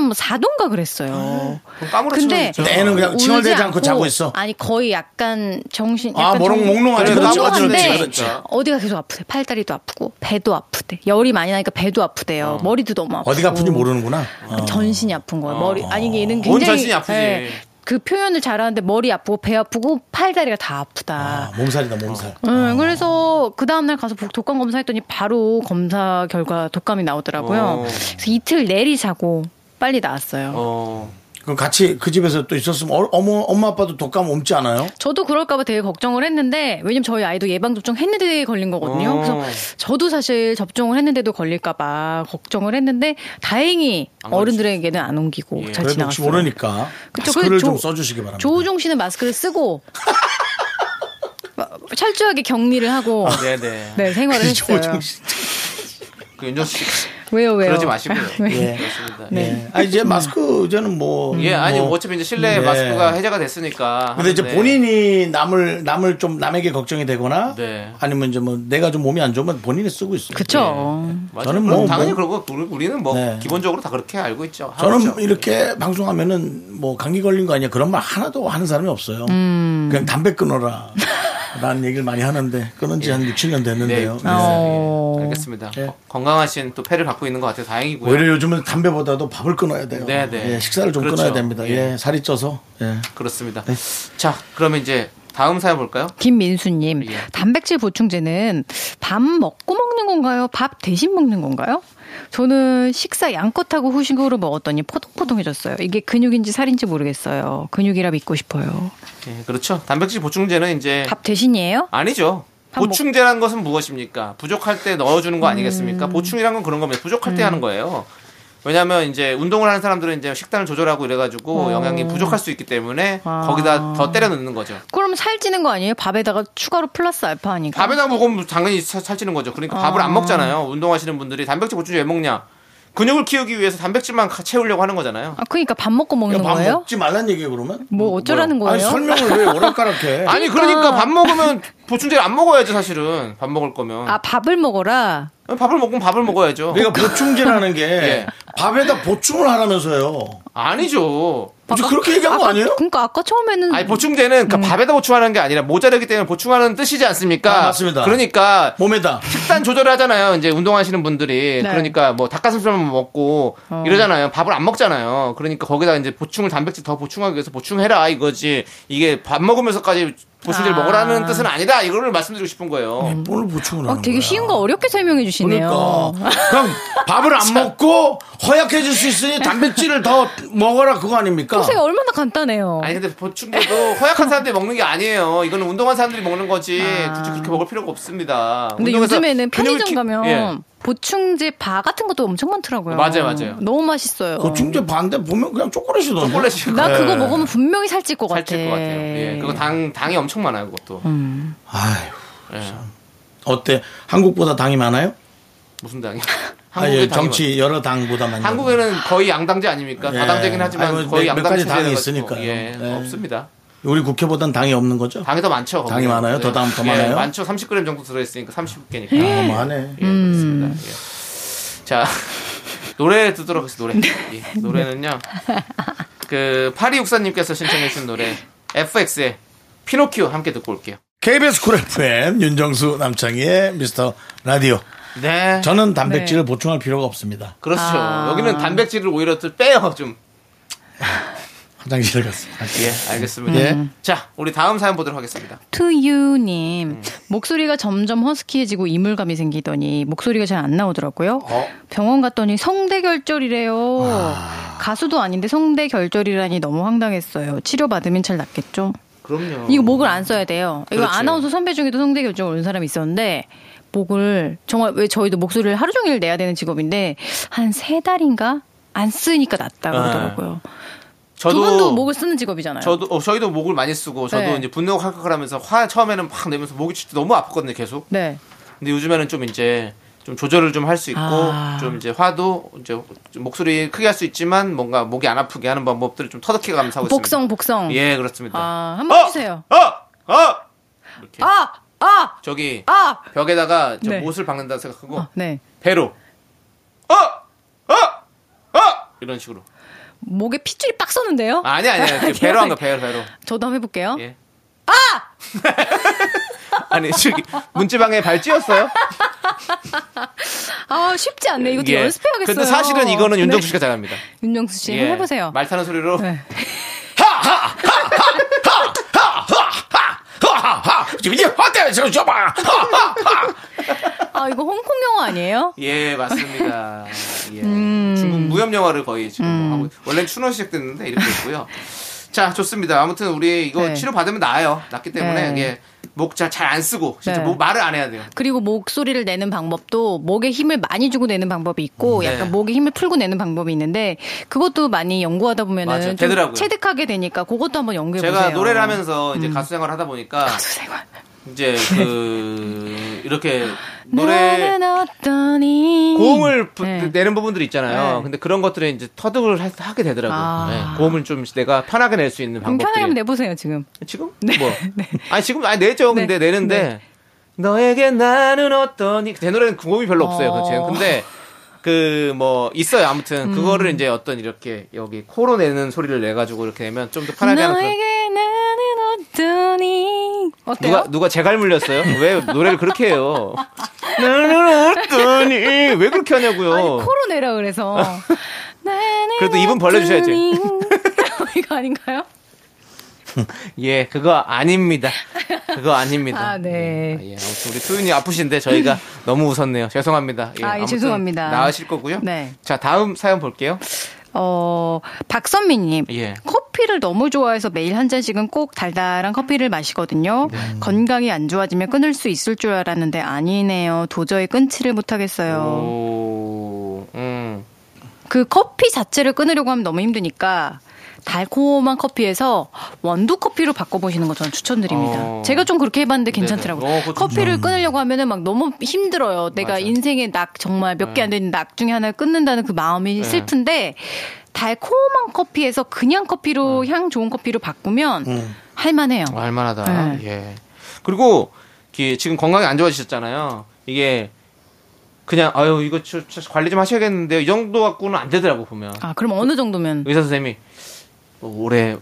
Speaker 6: 40.4도인가 그랬어요.
Speaker 2: 그럼 까무러치면
Speaker 6: 근데
Speaker 2: 진짜.
Speaker 1: 애는 그냥
Speaker 6: 울지
Speaker 1: 칭얼대지 않고
Speaker 6: 않고,
Speaker 1: 자고 있어.
Speaker 6: 아니 거의 약간 정신
Speaker 1: 아,
Speaker 6: 약간
Speaker 1: 모롱-
Speaker 6: 정-
Speaker 1: 몽롱하지. 그렇죠.
Speaker 2: 그렇지,
Speaker 6: 몽롱한데
Speaker 2: 그렇지, 그렇지.
Speaker 6: 어디가 계속 아프대. 팔다리도 아프고 배도 아프대. 열이 많이 나니까 배도 아프대요. 머리도 너무 아프고.
Speaker 1: 어. 어디가 아픈지 모르는구나. 어.
Speaker 6: 전신이 아픈 거예요. 머리 아니 얘는 굉장히
Speaker 2: 온 전신이 아프지.
Speaker 6: 예, 그 표현을 잘하는데 머리 아프고 배 아프고 팔다리가 다
Speaker 1: 아,
Speaker 6: 아프다.
Speaker 1: 몸살이다, 몸살.
Speaker 2: 어.
Speaker 6: 응, 그래서 그 다음날 가서 복- 독감 검사했더니 바로 검사 결과 독감이 나오더라고요.
Speaker 2: 어.
Speaker 6: 그래서 이틀 내리 자고 빨리 나왔어요.
Speaker 2: 어.
Speaker 1: 그럼 같이 그 집에서 또 있었으면 어, 어머, 엄마 아빠도 독감 옮지 않아요?
Speaker 6: 저도 그럴까봐 되게 걱정을 했는데 왜냐면 저희 아이도 예방 접종 했는데 걸린 거거든요.
Speaker 2: 어.
Speaker 6: 그래서 저도 사실 접종을 했는데도 걸릴까봐 걱정을 했는데 다행히
Speaker 2: 안 예. 걸리죠.
Speaker 6: 어른들에게는 안 옮기고 잘
Speaker 1: 그래도 혹시
Speaker 6: 지나갔어요.
Speaker 1: 모르니까
Speaker 6: 그쵸,
Speaker 1: 마스크를
Speaker 6: 그 조-
Speaker 1: 좀 써주시기 바랍니다.
Speaker 6: 조우종 씨는 마스크를 쓰고 (laughs) 철저하게 격리를 하고
Speaker 2: 어. 네네.
Speaker 1: (laughs)
Speaker 2: 아,
Speaker 6: 네 생활을 했어요.
Speaker 1: 그 조우종 씨.
Speaker 2: 그 윤정수 씨.
Speaker 6: 왜요, 왜요?
Speaker 2: 그러지 마시고요.
Speaker 6: 왜?
Speaker 1: 예.
Speaker 2: 그렇습니다.
Speaker 6: 네.
Speaker 1: 예. 아 이제 마스크 이제는 뭐.
Speaker 2: 예, 아니
Speaker 1: 뭐.
Speaker 2: 어차피 이제 실내
Speaker 1: 네.
Speaker 2: 마스크가 해제가 됐으니까.
Speaker 1: 근데 이제
Speaker 2: 하는데.
Speaker 1: 본인이 남을 남을 좀 남에게 걱정이 되거나
Speaker 2: 네.
Speaker 1: 아니면 이제 뭐 내가 좀 몸이 안 좋으면 본인이 쓰고 있어요. 네.
Speaker 6: 그쵸.
Speaker 1: 저는
Speaker 2: 맞아요. 저는
Speaker 1: 뭐-
Speaker 2: 당연히
Speaker 1: 뭐-
Speaker 2: 그러고 우리- 우리는 뭐
Speaker 1: 네.
Speaker 2: 기본적으로 다 그렇게 알고 있죠. 하고
Speaker 1: 저는
Speaker 2: 있죠.
Speaker 1: 이렇게 방송하면은 뭐 감기 걸린 거 아니야 그런 말 하나도 하는 사람이 없어요.
Speaker 6: 음.
Speaker 1: 그냥 담배 끊어라 라는 얘기를 많이 하는데 끊은 지 한 6, 7년
Speaker 2: 네,
Speaker 1: 됐는데요.
Speaker 2: 네.
Speaker 6: 어.
Speaker 2: 예, 알겠습니다.
Speaker 1: 예.
Speaker 2: 어, 건강하신 또 폐를 갖고 있는 것 같아요. 다행이고요.
Speaker 1: 오히려 요즘은 담배보다도 밥을 끊어야 돼요.
Speaker 2: 네, 네.
Speaker 1: 예, 식사를 좀
Speaker 2: 그렇죠.
Speaker 1: 끊어야 됩니다.
Speaker 2: 예.
Speaker 1: 예, 살이 쪄서. 예.
Speaker 2: 그렇습니다. 자, 그러면 이제 다음 사연 볼까요?
Speaker 6: 김민수님,
Speaker 2: 예.
Speaker 6: 단백질 보충제는 밥 먹고 먹는 건가요? 밥 대신 먹는 건가요? 저는 식사 양껏 하고 후식으로 먹었더니 포동포동해졌어요. 이게 근육인지 살인지 모르겠어요. 근육이라 믿고 싶어요.
Speaker 2: 예, 그렇죠. 단백질 보충제는 이제
Speaker 1: 예.
Speaker 6: 밥 대신이에요?
Speaker 2: 아니죠.
Speaker 6: 밥 먹-
Speaker 2: 보충제란 것은 무엇입니까? 부족할 때 넣어주는 거
Speaker 6: 음.
Speaker 2: 아니겠습니까? 보충이란 건 그런 겁니다. 부족할 때 하는 거예요. 왜냐하면 이제 운동을 하는 사람들은 이제 식단을 조절하고
Speaker 6: 어.
Speaker 2: 이래가지고 영양이 부족할 수 있기 때문에
Speaker 6: 아.
Speaker 2: 거기다 더 때려 넣는 거죠.
Speaker 6: 그럼 살찌는 거 아니에요? 밥에다가 추가로 플러스 알파 하니까.
Speaker 2: 밥에다 먹으면 당연히 살- 살찌는 거죠. 그러니까 밥을 안 먹잖아요. 운동하시는 분들이 단백질 보충제 왜 먹냐? 근육을 키우기 위해서 단백질만 가- 채우려고 하는 거잖아요.
Speaker 6: 아, 그러니까 밥 먹고 먹는
Speaker 1: 밥
Speaker 6: 거예요?
Speaker 1: 먹지 말란 얘기예요 그러면?
Speaker 6: 뭐 어쩌라는
Speaker 1: 아니
Speaker 6: 거예요?
Speaker 1: 설명을 왜 오락가락해?
Speaker 2: (laughs) 아니 그러니까 밥 먹으면 보충제를 안 먹어야죠 사실은 밥 먹을 거면
Speaker 6: 아, 밥을 먹어라.
Speaker 2: 밥을 먹으면 밥을 먹어야죠
Speaker 1: 그러니까 보충제라는 게
Speaker 2: (laughs) 예.
Speaker 1: 밥에다 보충을 하라면서요.
Speaker 2: 아니죠
Speaker 1: 어, 저 그렇게 얘기한 거 아니에요?
Speaker 6: 그러니까 아까 처음에는
Speaker 2: 아니 보충제는 그러니까 밥에다 보충하는 게 아니라 모자르기 때문에 보충하는 뜻이지 않습니까
Speaker 1: 아, 맞습니다.
Speaker 2: 그러니까
Speaker 1: 몸에다.
Speaker 2: 식단 조절을 하잖아요. 이제 운동하시는 분들이
Speaker 6: 네. 어.
Speaker 2: 그러니까 뭐 닭가슴살만 먹고 이러잖아요. 밥을 안 먹잖아요. 그러니까 거기다 이제 보충을 단백질 더 보충하기 위해서 보충해라 이거지. 이게 밥 먹으면서까지 보충제를
Speaker 6: 아.
Speaker 2: 먹으라는 뜻은 아니다. 이거를 말씀드리고 싶은 거예요.
Speaker 1: 뭘 보충을
Speaker 6: 어,
Speaker 1: 하는
Speaker 6: 되게
Speaker 1: 거야?
Speaker 6: 쉬운 거 어렵게 설명해 주시네요.
Speaker 1: 그러니까 그럼 밥을
Speaker 6: (laughs)
Speaker 1: 안 먹고 허약해질 수 있으니 단백질을 더 먹어라 그거 아닙니까?
Speaker 6: 보세요, 얼마나 간단해요.
Speaker 2: 아니 근데 보충제도 허약한 사람들이 먹는 게 아니에요. 이거는 운동한 사람들이 먹는 거지. 굳이 그렇게 먹을 필요가 없습니다.
Speaker 6: 아. 근데
Speaker 2: 운동해서
Speaker 6: 요즘에는
Speaker 2: 근육을
Speaker 6: 편의점
Speaker 2: 키-
Speaker 6: 가면
Speaker 2: 예.
Speaker 6: 보충제 바 같은 것도 엄청 많더라고요.
Speaker 2: 맞아요, 맞아요.
Speaker 6: 너무 맛있어요.
Speaker 1: 보충제 반대 보면 그냥 초콜릿이던데.
Speaker 2: 초콜릿이
Speaker 6: 나
Speaker 1: 네.
Speaker 6: 그거 먹으면 분명히 살찔 것 같아. 음.
Speaker 2: 살찔 것 같아요. 예. 그거 당 당이 엄청 많아요. 그것도.
Speaker 1: 아휴
Speaker 2: 예.
Speaker 1: 어때? 한국보다 당이 많아요?
Speaker 2: 무슨 당이?
Speaker 1: 아,
Speaker 2: 한국의
Speaker 1: 예,
Speaker 2: 당이
Speaker 1: 정치 여러 당보다 많아요.
Speaker 2: 음. 한국에는 거의 양당제 아닙니까?
Speaker 1: 예.
Speaker 2: 다당제긴 하지만
Speaker 1: 아니, 뭐
Speaker 2: 거의
Speaker 1: 몇- 몇
Speaker 2: 양당제
Speaker 1: 가지 당이
Speaker 2: 돼가지고.
Speaker 1: 있으니까요.
Speaker 2: 예,
Speaker 1: 예.
Speaker 2: 없습니다.
Speaker 1: 우리 국회보단 당이 없는 거죠?
Speaker 2: 당이 더 많죠. 거기는. 예.
Speaker 1: 당이 많아요? 더 당- 더 많아요?
Speaker 2: 많죠. 30g 정도 들어있으니까 30개니까.
Speaker 6: 음.
Speaker 1: 아, 뭐 하네.
Speaker 2: 예, 그렇습니다. 예. 자, (laughs) 노래 듣도록 하겠습니다.
Speaker 6: 네.
Speaker 2: 노래. 예, 노래는요. 그 파리 육사님께서 신청해 주신 노래 FX의 피노키오 함께 듣고 올게요.
Speaker 1: KBS 쿨 FM 윤정수 남창희의 미스터 라디오.
Speaker 2: 네.
Speaker 1: 저는 단백질을 보충할 필요가 없습니다.
Speaker 2: 그렇죠.
Speaker 6: 아.
Speaker 2: 여기는 단백질을 오히려 또 빼요, 좀.
Speaker 1: 화장실 갔어요.
Speaker 2: 예, 알겠습니다.
Speaker 6: 네.
Speaker 1: 예.
Speaker 2: 자, 우리 다음 사연 보도록 하겠습니다.
Speaker 6: 투유님
Speaker 2: 음.
Speaker 6: 목소리가 점점 허스키해지고 이물감이 생기더니 목소리가 잘 안 나오더라고요.
Speaker 2: 어?
Speaker 6: 병원 갔더니 성대결절이래요.
Speaker 2: 아.
Speaker 6: 가수도 아닌데 성대결절이라니 너무 황당했어요. 치료 받으면 잘 낫겠죠?
Speaker 2: 그럼요.
Speaker 6: 이거 뭐, 목을 안 써야 돼요. 이거
Speaker 2: 어. 그렇지.
Speaker 6: 아나운서 선배 중에도 성대결절 온 사람이 있었는데 목을 정말 왜 저희도 목소리를 하루 종일 내야 되는 직업인데 한 세 달인가 안 쓰니까 낫다 고
Speaker 2: 네.
Speaker 6: 그러더라고요. 두 분도 목을 쓰는 직업이잖아요.
Speaker 2: 저도 어, 저희도 목을 많이 쓰고 저도
Speaker 6: 네.
Speaker 2: 이제 분노 칼칼하면서 화 처음에는 막 내면서 목이 진짜 너무 아팠거든요 계속.
Speaker 6: 네.
Speaker 2: 근데 요즘에는 좀 이제 좀 조절을 좀 할 수 있고
Speaker 6: 아.
Speaker 2: 좀 이제 화도 이제 좀 목소리 크게 할 수 있지만 뭔가 목이 안 아프게 하는 방법들을 좀 터득해 가면서 하고
Speaker 6: 복성
Speaker 2: 있습니다.
Speaker 6: 복성.
Speaker 2: 예 그렇습니다.
Speaker 6: 아, 한번 해주세요.
Speaker 2: 어, 어.
Speaker 6: 아! 아!
Speaker 2: 저기
Speaker 6: 아!
Speaker 2: 벽에다가 저
Speaker 6: 네.
Speaker 2: 못을 박는다 생각하고
Speaker 6: 어, 네.
Speaker 2: 배로 어, 어, 어 이런 식으로.
Speaker 6: 목에 핏줄이 빡 쏘는데요?
Speaker 2: 아니 아니
Speaker 6: (laughs)
Speaker 2: 아니 배로 한거 배로 배로.
Speaker 6: 저도 한번 해볼게요.
Speaker 2: 예. 아! 아니 저기 문지방에 발찌였어요?
Speaker 6: 아, 쉽지 않네. 이것도
Speaker 2: 예.
Speaker 6: 연습해야겠어요.
Speaker 2: 근데 사실은 이거는 윤정수
Speaker 6: 네.
Speaker 2: 씨가 잘합니다.
Speaker 6: 윤정수 씨,
Speaker 2: 예.
Speaker 6: 한번 해보세요.
Speaker 2: 말 타는 소리로.
Speaker 6: 네. 아, 이거 홍콩 영화 아니에요?
Speaker 2: 예, 맞습니다. 예.
Speaker 6: 음.
Speaker 2: 중국 무협 영화를 거의 지금 뭐 하고 원래 추노 시작됐는데 이렇게 됐고요. 자, 좋습니다. 아무튼 우리 이거
Speaker 6: 네.
Speaker 2: 치료 받으면 나아요. 낫기 때문에
Speaker 6: 네.
Speaker 2: 예. 목잘안 쓰고 진짜
Speaker 6: 네.
Speaker 2: 목 말을 안 해야 돼요.
Speaker 6: 그리고 목소리를 내는 방법도 목에 힘을 많이 주고 내는 방법이 있고
Speaker 2: 네.
Speaker 6: 약간 목에 힘을 풀고 내는 방법이 있는데 그것도 많이 연구하다
Speaker 2: 맞아요.
Speaker 6: 보면은 좀
Speaker 2: 되더라고요.
Speaker 6: 체득하게 되니까 그것도 한번 연구해 보세요. 음.
Speaker 2: 제가 노래를 하면서 이제 가수 생활을 하다 보니까
Speaker 6: 생활. (laughs)
Speaker 2: 이제 그 이렇게 노래
Speaker 6: 네, 나는 어떠니?
Speaker 2: 고음을 부-
Speaker 6: 네.
Speaker 2: 내는 부분들이 있잖아요.
Speaker 6: 네.
Speaker 2: 근데 그런 것들에 이제 터득을 하- 하게 되더라고요.
Speaker 6: 아.
Speaker 2: 네, 고음을 좀 내가 편하게 낼 수 있는
Speaker 6: 그럼 편하게 한번
Speaker 2: 방법들이.
Speaker 6: 내보세요 지금. (laughs)
Speaker 2: 지금? 뭐? 아니 지금 아니 내죠. 근데
Speaker 6: 네.
Speaker 2: 내는데 너에게 나는 어떠니? 제 노래는 그 고음이 별로 없어요.
Speaker 6: 어.
Speaker 2: 그치? 근데 그 뭐 있어요. 아무튼
Speaker 6: 음.
Speaker 2: 그거를 이제 어떤 이렇게 여기 코로 내는 소리를 내 가지고 이렇게 내면 좀 더 편하게 하는 그런
Speaker 6: 너에게 나는 어떠니? 어때요?
Speaker 2: 누가 누가 제갈 물렸어요? 왜 노래를 그렇게 해요? (laughs) 나는 어떠니? 왜 그렇게 하냐고요?
Speaker 6: 아니 코로
Speaker 2: (laughs)
Speaker 6: 내라 그래서. 나는
Speaker 2: 그래도 입은 벌려주셔야지.
Speaker 6: 어떠니? (laughs) 이거 아닌가요?
Speaker 2: 예, 그거 아닙니다. 그거 아닙니다.
Speaker 6: 아, 네.
Speaker 2: 예, 아무튼 우리 수윤이 아프신데 (laughs) 저희가 너무 웃었네요. 죄송합니다. 예,
Speaker 6: 아, 예,
Speaker 2: 아무튼
Speaker 6: 죄송합니다.
Speaker 2: 나으실 거고요.
Speaker 6: 네.
Speaker 2: 자, 다음 사연 볼게요.
Speaker 6: 어, 박선미님.
Speaker 2: 예.
Speaker 6: 커피를 너무 좋아해서 매일 한 잔씩은 꼭 달달한 커피를 마시거든요. 건강이 안 좋아지면 끊을 수 있을 줄 알았는데 아니네요. 도저히 끊지를 못하겠어요.
Speaker 2: 오, 음.
Speaker 6: 그 커피 자체를 끊으려고 하면 너무 힘드니까 달콤한 커피에서 원두 커피로 바꿔보시는 거 저는 추천드립니다.
Speaker 2: 어.
Speaker 6: 제가 좀 그렇게 해봤는데 괜찮더라고요.
Speaker 2: 네네. 어, 그거
Speaker 6: 커피를 끊으려고 하면은 막 너무 힘들어요. 내가
Speaker 2: 맞아요. 네.
Speaker 6: 인생의 낙 정말 몇 개 안 되는 낙 중에 하나를 끊는다는 그 마음이 슬픈데 달콤한 커피에서 그냥 커피로
Speaker 2: 음.
Speaker 6: 향 좋은 커피로 바꾸면 할만해요.
Speaker 2: 어, 할만하다. 예. 그리고 이게 지금 건강이 안 좋아지셨잖아요. 이게 그냥 아유 이거 저, 저 관리 좀 하셔야겠는데요. 이 정도 갖고는 안 되더라고 보면.
Speaker 6: 아 그럼 어느 정도면?
Speaker 2: 의사 선생님이 뭐 올해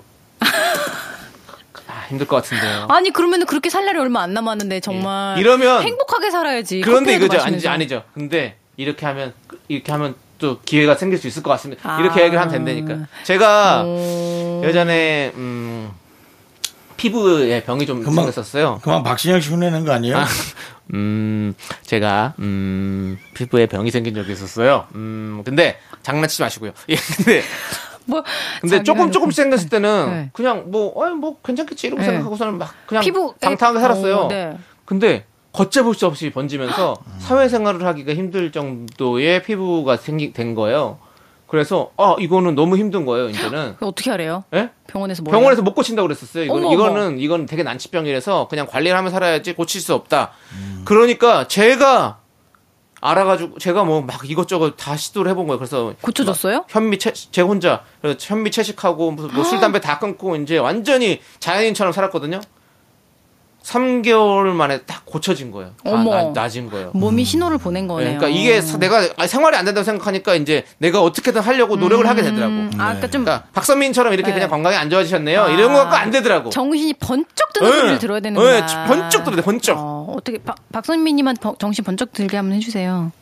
Speaker 2: 아, 힘들 것 같은데요.
Speaker 6: 아니 그러면은 그렇게 살 날이 얼마 안 남았는데 정말
Speaker 2: 예. 이러면
Speaker 6: 행복하게 살아야지.
Speaker 2: 그런데
Speaker 6: 커피라도
Speaker 2: 이거죠. 아니죠,
Speaker 6: 마시면서.
Speaker 2: 아니죠. 근데 이렇게 하면 이렇게 하면 또 기회가 생길 수 있을 것 같습니다.
Speaker 6: 아.
Speaker 2: 이렇게 얘기를 하면 된다니까. 제가
Speaker 6: 어.
Speaker 2: 예전에 음, 피부에 병이 좀
Speaker 1: 금방-
Speaker 2: 생겼었어요. (laughs)
Speaker 1: 그만 박신영 씨 혼내는 거 아니에요?
Speaker 2: 음, 제가 음, 피부에 병이 생긴 적이 있었어요. 음, 근데 장난치지 마시고요. (laughs) 예, 근데
Speaker 6: 뭐
Speaker 2: 근데
Speaker 6: 자기가
Speaker 2: 조금
Speaker 6: 이렇게
Speaker 2: 조금씩 생겼을 때는
Speaker 6: 네.
Speaker 2: 그냥 뭐, 아이, 뭐 괜찮겠지 이러고
Speaker 6: 네.
Speaker 2: 생각하고서는 막 그냥
Speaker 6: 피부-
Speaker 2: 방탕하게 살았어요.
Speaker 6: 어, 네.
Speaker 2: 근데 걷잡을 수 없이 번지면서 음. 사회생활을 하기가 힘들 정도의 피부가 생기 된 거예요. 그래서 아 이거는 너무 힘든 거예요. 이제는
Speaker 6: 그거 어떻게 하래요?
Speaker 2: 예?
Speaker 6: 병원에서 뭐
Speaker 2: 병원에서 못 고친다고 그랬었어요. 이거는
Speaker 6: 어머, 어머.
Speaker 2: 이거는 이건 되게 난치병이라서 그냥 관리를 하면 살아야지 고칠 수 없다. 그러니까 제가 알아가지고 제가 뭐 막 이것저것 다 시도를 해본 거예요. 그래서
Speaker 6: 고쳐졌어요?
Speaker 2: 막 현미 채, 제 혼자 그래서 현미 채식하고 무슨 뭐술 담배 다 끊고 이제 완전히 자연인처럼 살았거든요. 3개월 만에 딱 고쳐진 거예요. 다
Speaker 6: 어머.
Speaker 2: 나- 낮은 거예요.
Speaker 6: 몸이 신호를 보낸
Speaker 2: 네,
Speaker 6: 거네요.
Speaker 2: 그러니까 이게 사- 내가 아, 생활이 안 된다고 생각하니까 이제 내가 어떻게든 하려고 노력을 하게 되더라고.
Speaker 6: 음, 아, 그러니까 좀
Speaker 2: 그러니까 박선민처럼 이렇게
Speaker 6: 네.
Speaker 2: 그냥 건강이 안 좋아지셨네요. 이런
Speaker 6: 아,
Speaker 2: 거가 안 되더라고.
Speaker 6: 정신이 번쩍 드는 소리를
Speaker 2: 네.
Speaker 6: 들어야 되는구나.
Speaker 2: 네, 번쩍 들어야 돼, 번쩍.
Speaker 6: 어, 떻게 박선미님한 번- 정신 번쩍 들게 한번 해주세요.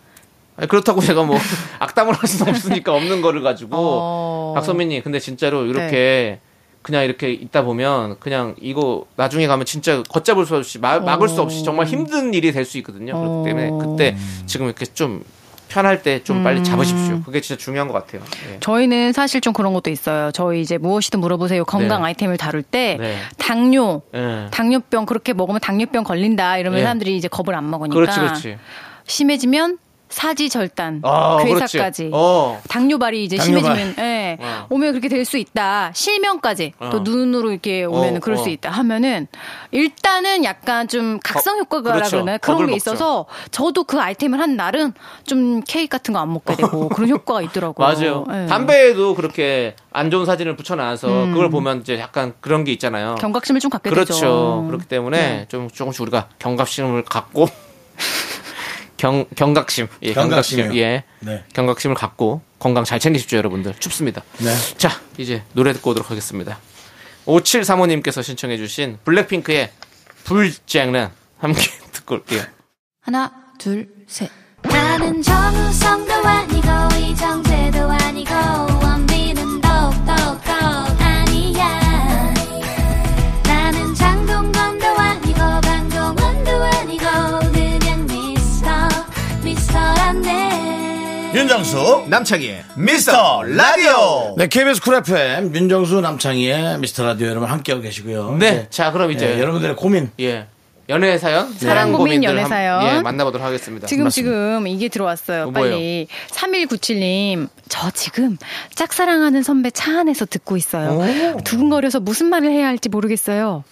Speaker 2: 아니, 그렇다고 제가
Speaker 6: (laughs)
Speaker 2: 뭐 악담을 할 수는 없으니까 없는 거를 가지고
Speaker 6: 어. 네.
Speaker 2: 박선민님 근데 진짜로 이렇게 그냥 이렇게 있다 보면 그냥 이거 나중에 가면 진짜 걷잡을 수 없이 마- 막을 수 없이
Speaker 6: 어.
Speaker 2: 정말 힘든 일이 될 수 있거든요. 그렇기 때문에 그때 지금 이렇게 좀 편할 때 좀
Speaker 6: 음.
Speaker 2: 빨리 잡으십시오. 그게 진짜 중요한 것 같아요. 예.
Speaker 6: 저희는 사실 좀 그런 것도 있어요. 저희 이제 무엇이든 물어보세요. 건강
Speaker 2: 네.
Speaker 6: 아이템을 다룰 때
Speaker 2: 네.
Speaker 6: 당뇨,
Speaker 2: 예.
Speaker 6: 당뇨병 그렇게 먹으면 당뇨병 걸린다 이러면
Speaker 2: 예.
Speaker 6: 사람들이 이제 겁을 안 먹으니까
Speaker 2: 그렇지, 그렇지.
Speaker 6: 심해지면 사지절단,
Speaker 2: 아, 그렇지.
Speaker 6: 괴사까지.
Speaker 2: 어.
Speaker 6: 당뇨발이 이제
Speaker 1: 당뇨발.
Speaker 6: 심해지면 예.
Speaker 2: 어.
Speaker 6: 오면 그렇게 될 수 있다. 실명까지
Speaker 2: 어.
Speaker 6: 또 눈으로 이렇게 오면
Speaker 2: 어,
Speaker 6: 은 그럴
Speaker 2: 어.
Speaker 6: 수 있다 하면은 일단은 약간 좀 각성 효과라고
Speaker 2: 그렇죠.
Speaker 6: 그러나 그런
Speaker 2: 겁을
Speaker 6: 게
Speaker 2: 먹죠.
Speaker 6: 있어서 저도 그 아이템을 한 날은 좀 케이크 같은 거 안 먹게
Speaker 2: (laughs)
Speaker 6: 되고 그런 효과가 있더라고요.
Speaker 2: 맞아요.
Speaker 6: 예.
Speaker 2: 담배에도 그렇게 안 좋은 사진을 붙여놔서 그걸 보면 이제 약간 그런 게 있잖아요.
Speaker 6: 음. 경각심을 좀 갖게
Speaker 2: 그렇죠.
Speaker 6: 되죠. 네.
Speaker 2: 그렇기 때문에 좀 조금씩 우리가 경각심을 갖고 (laughs) 경 경각심, 예, 경각심,
Speaker 1: 경각심이요.
Speaker 2: 예,
Speaker 1: 네.
Speaker 2: 경각심을 갖고 건강 잘 챙기십시오, 여러분들. 춥습니다.
Speaker 1: 네.
Speaker 2: 자, 이제 노래 듣고 오도록 하겠습니다. 5735님께서 신청해주신 블랙핑크의 불장난 함께 (laughs) 듣고 올게요.
Speaker 6: 하나, 둘, 셋.
Speaker 3: 나는 정우성도 아니고 이정재도 아니고 원빈은 더욱더 아니야 나는 장동건도 아니고 방종원도 아니고 그냥 미스터 미스터란데
Speaker 1: 윤정수
Speaker 2: 남창희의
Speaker 1: 미스터 라디오. 네, KBS 쿨 FM 윤정수 남창희의 미스터 라디오 여러분 함께하고 계시고요.
Speaker 2: 네,
Speaker 1: 이제,
Speaker 2: 자 그럼 이제
Speaker 1: 예, 여러분들의 고민
Speaker 2: 예. 연애 사연, 사랑
Speaker 6: 사랑 고민,
Speaker 2: 고민들
Speaker 6: 연애
Speaker 2: 한-
Speaker 6: 사연.
Speaker 2: 예, 만나보도록 하겠습니다.
Speaker 6: 지금
Speaker 1: 맞습니다.
Speaker 6: 지금 이게 들어왔어요.
Speaker 2: 어,
Speaker 6: 빨리 3197님 저 지금 짝사랑하는 선배 차 안에서 듣고 있어요. 두근거려서 무슨 말을 해야 할지 모르겠어요.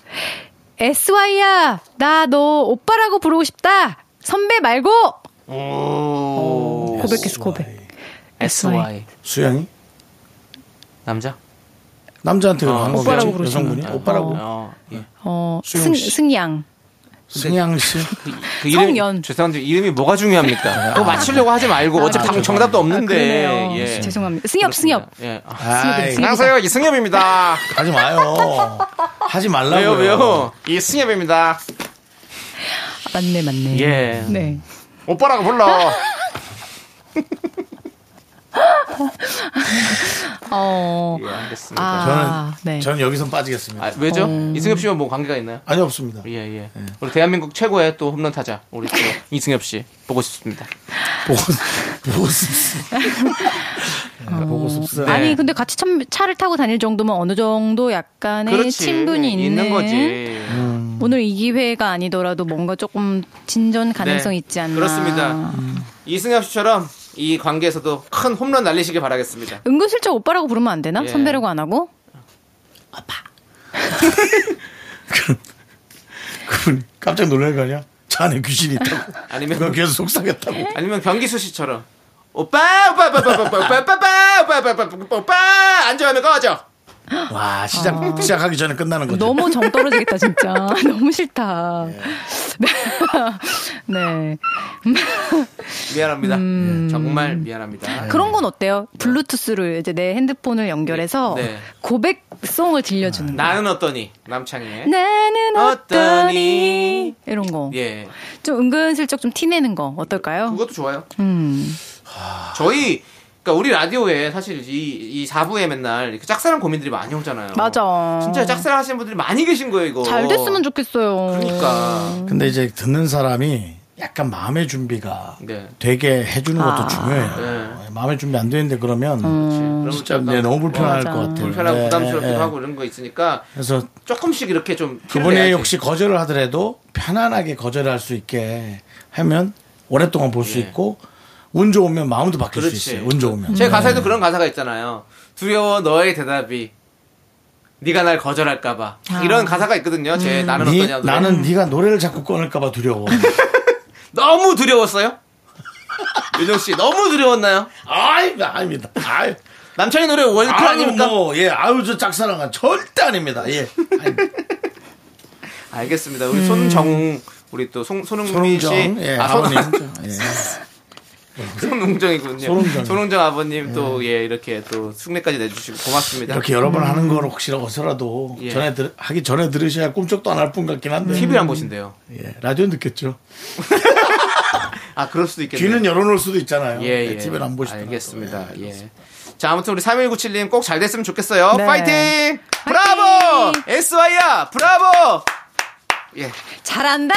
Speaker 6: SY야 나 너 오빠라고 부르고 싶다. 선배 말고
Speaker 2: 오.
Speaker 6: 고백했어 고백.
Speaker 2: SY.
Speaker 1: 수영이?
Speaker 2: 남자?
Speaker 1: 남자한테 그런 한
Speaker 6: 오빠라고
Speaker 1: 거겠지?
Speaker 6: 그러시는
Speaker 1: 여성분이? 오빠라고?
Speaker 2: 어, 예.
Speaker 6: 어
Speaker 1: 수영
Speaker 6: 승,
Speaker 1: 씨.
Speaker 6: 승양.
Speaker 1: 승양 씨?
Speaker 2: 그, 그 이름,
Speaker 6: 성연.
Speaker 2: 죄송한데 이름이 뭐가
Speaker 6: (laughs)
Speaker 2: 중요합니까? 그거 맞추려고 하지 말고 어차피 당 정답도 없는데.
Speaker 6: 아, 그러네요.
Speaker 2: 예.
Speaker 6: 죄송합니다. 승엽 승엽.
Speaker 2: 예. 아,
Speaker 1: 아이,
Speaker 6: 승엽이-
Speaker 2: 안녕하세요 이승엽입니다.
Speaker 1: 하지 마요. 하지
Speaker 2: (laughs) 왜요
Speaker 1: 말라고요.
Speaker 2: 왜요? 이승엽입니다.
Speaker 6: 아, 맞네 맞네.
Speaker 2: 예.
Speaker 6: 네.
Speaker 2: 오빠라고
Speaker 6: (laughs)
Speaker 2: 불러.
Speaker 6: 어.
Speaker 2: 예 알겠습니다.
Speaker 6: 아
Speaker 1: 그러니까
Speaker 6: 어.
Speaker 1: 저는,
Speaker 6: 네.
Speaker 1: 저는 여기선 빠지겠습니다.
Speaker 2: 아, 왜죠? 이승엽 씨와 뭐 관계가 있나요?
Speaker 1: 아니, 없습니다.
Speaker 2: 예, 예.
Speaker 6: 네.
Speaker 2: 우리 대한민국 최고의 또 홈런 타자 우리
Speaker 6: (laughs)
Speaker 2: 또 이승엽 씨 보고 싶습니다.
Speaker 1: (laughs) 보고, 보고 씁쓸.
Speaker 6: 어.
Speaker 1: 네, 보고 씁쓸.
Speaker 2: 네.
Speaker 6: 아니 근데 같이 참, 차를 타고 다닐 정도면 어느 정도 약간의 친분이 음. 있는,
Speaker 2: 있는 거지.
Speaker 6: 오늘 이 기회가 아니더라도 뭔가 조금 진전 가능성 이
Speaker 2: 네,
Speaker 6: 있지 않나. 음.
Speaker 2: 그렇습니다. 이승엽 씨처럼 이 관계에서도 큰 홈런 날리시길 바라겠습니다.
Speaker 6: 은근슬쩍 오빠라고 부르면 안 되나?
Speaker 2: 예.
Speaker 6: 선배라고 안 하고?
Speaker 1: 그분 깜짝 놀랄 거 아니야? 저 안에 귀신이 있다고. 그거
Speaker 2: 아니면
Speaker 1: 계속 속삭였다고.
Speaker 2: 아니면 변기수 씨처럼 오빠 오빠 오빠 오빠 오빠 오빠 오빠 오빠 오빠 오빠 오빠 오빠 안 좋아하면 꺼져.
Speaker 1: 와, 시작, 시작하기 전에 끝나는 거죠.
Speaker 6: 아. 너무 정 떨어지겠다 진짜. (laughs) 너무 싫다. (laughs) 네.
Speaker 2: 미안합니다.
Speaker 6: 음.
Speaker 2: 예, 정말 미안합니다.
Speaker 6: 그런 건 어때요? 블루투스로 이제 내 핸드폰을 연결해서
Speaker 2: 네. 아.
Speaker 6: 고백송을 들려주는 거.
Speaker 2: 나는 어떠니 남창희의
Speaker 6: 네. 나는 어떠니
Speaker 2: 어떠니?
Speaker 6: 이런 거.
Speaker 2: 예
Speaker 6: 좀 은근슬쩍 좀 티내는 거 어떨까요?
Speaker 2: 그것도 좋아요.
Speaker 6: 음.
Speaker 2: 저희 그러니까 우리 라디오에 사실 이, 이 4부에 맨날 이렇게 짝사랑 고민들이 많이 오잖아요.
Speaker 6: 맞아.
Speaker 2: 진짜 짝사랑 하시는 분들이 많이 계신 거예요, 이거.
Speaker 6: 잘 됐으면 좋겠어요.
Speaker 2: 어. 그러니까.
Speaker 1: 근데 이제 듣는 사람이 약간 마음의 준비가
Speaker 2: 네.
Speaker 1: 되게 해주는
Speaker 6: 아.
Speaker 1: 것도 중요해요.
Speaker 2: 네.
Speaker 1: 마음의 준비 안 되는데 그러면
Speaker 6: 음.
Speaker 2: 그러면
Speaker 1: 진짜
Speaker 2: 약간
Speaker 1: 네, 너무 불편할
Speaker 6: 맞아.
Speaker 1: 것 같아요.
Speaker 2: 불편하고
Speaker 1: 네,
Speaker 2: 부담스럽기도
Speaker 1: 네.
Speaker 2: 하고 이런 거 있으니까
Speaker 1: 그래서
Speaker 2: 조금씩 이렇게 좀 피를
Speaker 1: 그분이
Speaker 2: 내야지.
Speaker 1: 혹시 거절을 하더라도 편안하게 거절할 수 있게 하면 오랫동안 볼 수
Speaker 2: 예.
Speaker 1: 있고 운 좋으면 마음도 바뀔
Speaker 2: 그렇지.
Speaker 1: 수 있어요. 운 좋으면. 네.
Speaker 2: 제 가사에도 그런 가사가 있잖아요. 두려워 너의 대답이 네가 날 거절할까봐 이런 가사가 있거든요. 제 나는 음.
Speaker 1: 네,
Speaker 2: 어떠냐 노래.
Speaker 1: 나는 네가 노래를 자꾸 꺼낼까봐 두려워. (laughs)
Speaker 2: 너무 두려웠어요. (laughs) 윤정 씨 너무 두려웠나요?
Speaker 1: 아이, 아닙니다. 아이,
Speaker 2: 남창희 노래 월클 아,
Speaker 1: 아유,
Speaker 2: 닙니까
Speaker 1: 뭐, 예, 아유, 저 짝사랑은 절대 아닙니다. 예. 아니,
Speaker 2: 알겠습니다. 우리 손정웅 우리 또 송, 손흥민 씨,
Speaker 1: 음. 손흥정, 예,
Speaker 2: 아,
Speaker 1: 아,
Speaker 2: 손,
Speaker 1: 버님 (laughs) 예.
Speaker 2: (laughs) 손흥정이군요.
Speaker 1: 손흥정.
Speaker 2: 손흥정, 아버님 또 예 이렇게 또 승리까지 내주시고 고맙습니다.
Speaker 1: 이렇게 여러 번 하는 걸 혹시 어서라도
Speaker 2: 예.
Speaker 1: 전에 들, 하기 전에 들으셔야 꿈쩍도 안 할 뿐 같긴 한데.
Speaker 2: TV를 안 보신대요.
Speaker 1: 예, 라디오 듣겠죠.
Speaker 2: 아 그럴 수도 있겠네요.
Speaker 1: 귀는 열어놓을 수도 있잖아요.
Speaker 2: 예, 예.
Speaker 1: TV를 안 보시더라도.
Speaker 2: 알겠습니다.
Speaker 1: 예,
Speaker 2: 예. 자, 아무튼 우리 3197님 꼭 잘 됐으면 좋겠어요.
Speaker 6: 네.
Speaker 2: 파이팅! 브라보! SY야! 브라보! 예.
Speaker 6: 잘한다
Speaker 2: (laughs)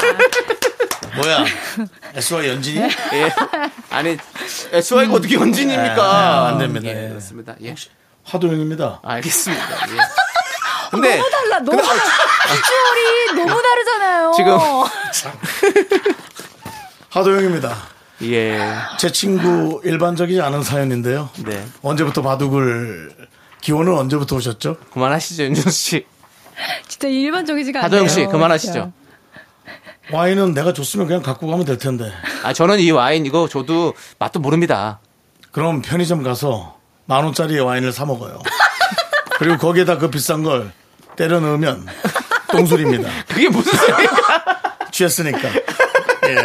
Speaker 6: SY야.
Speaker 1: 뭐야? SY 연진이?
Speaker 6: (laughs)
Speaker 2: 예. 아니, SY가 어떻게 연진입니까?
Speaker 1: 예, 안 됩니다.
Speaker 2: 예,
Speaker 1: 예.
Speaker 2: 그렇습니다. 예.
Speaker 1: 화도영입니다.
Speaker 2: 알겠습니다.
Speaker 6: (laughs)
Speaker 2: 예. 근데
Speaker 6: 달라 너무 달라. 비주얼이 너무 다르잖아요.
Speaker 2: 지금
Speaker 1: 화도영입니다.
Speaker 2: 예.
Speaker 1: 제 친구 일반적이지 않은 사연인데요.
Speaker 2: 네.
Speaker 1: 언제부터 바둑을 기호는 언제부터 오셨죠?
Speaker 2: 그만하시죠, 윤준 씨.
Speaker 6: (laughs) 진짜 일반적이지가 않아요. 네,
Speaker 2: 하도영 씨, 그만하시죠.
Speaker 6: 진짜.
Speaker 1: 와인은 내가 줬으면 그냥 갖고 가면 될 텐데.
Speaker 2: 아, 저는 이 와인 이거 저도 맛도 모릅니다.
Speaker 1: 그럼 편의점 가서 만 원짜리 와인을 사 먹어요. 그리고 거기에다 그 비싼 걸 때려 넣으면 똥술입니다.
Speaker 2: 그게 무슨
Speaker 6: (laughs)
Speaker 2: 소리야?
Speaker 1: 취했으니까. 예.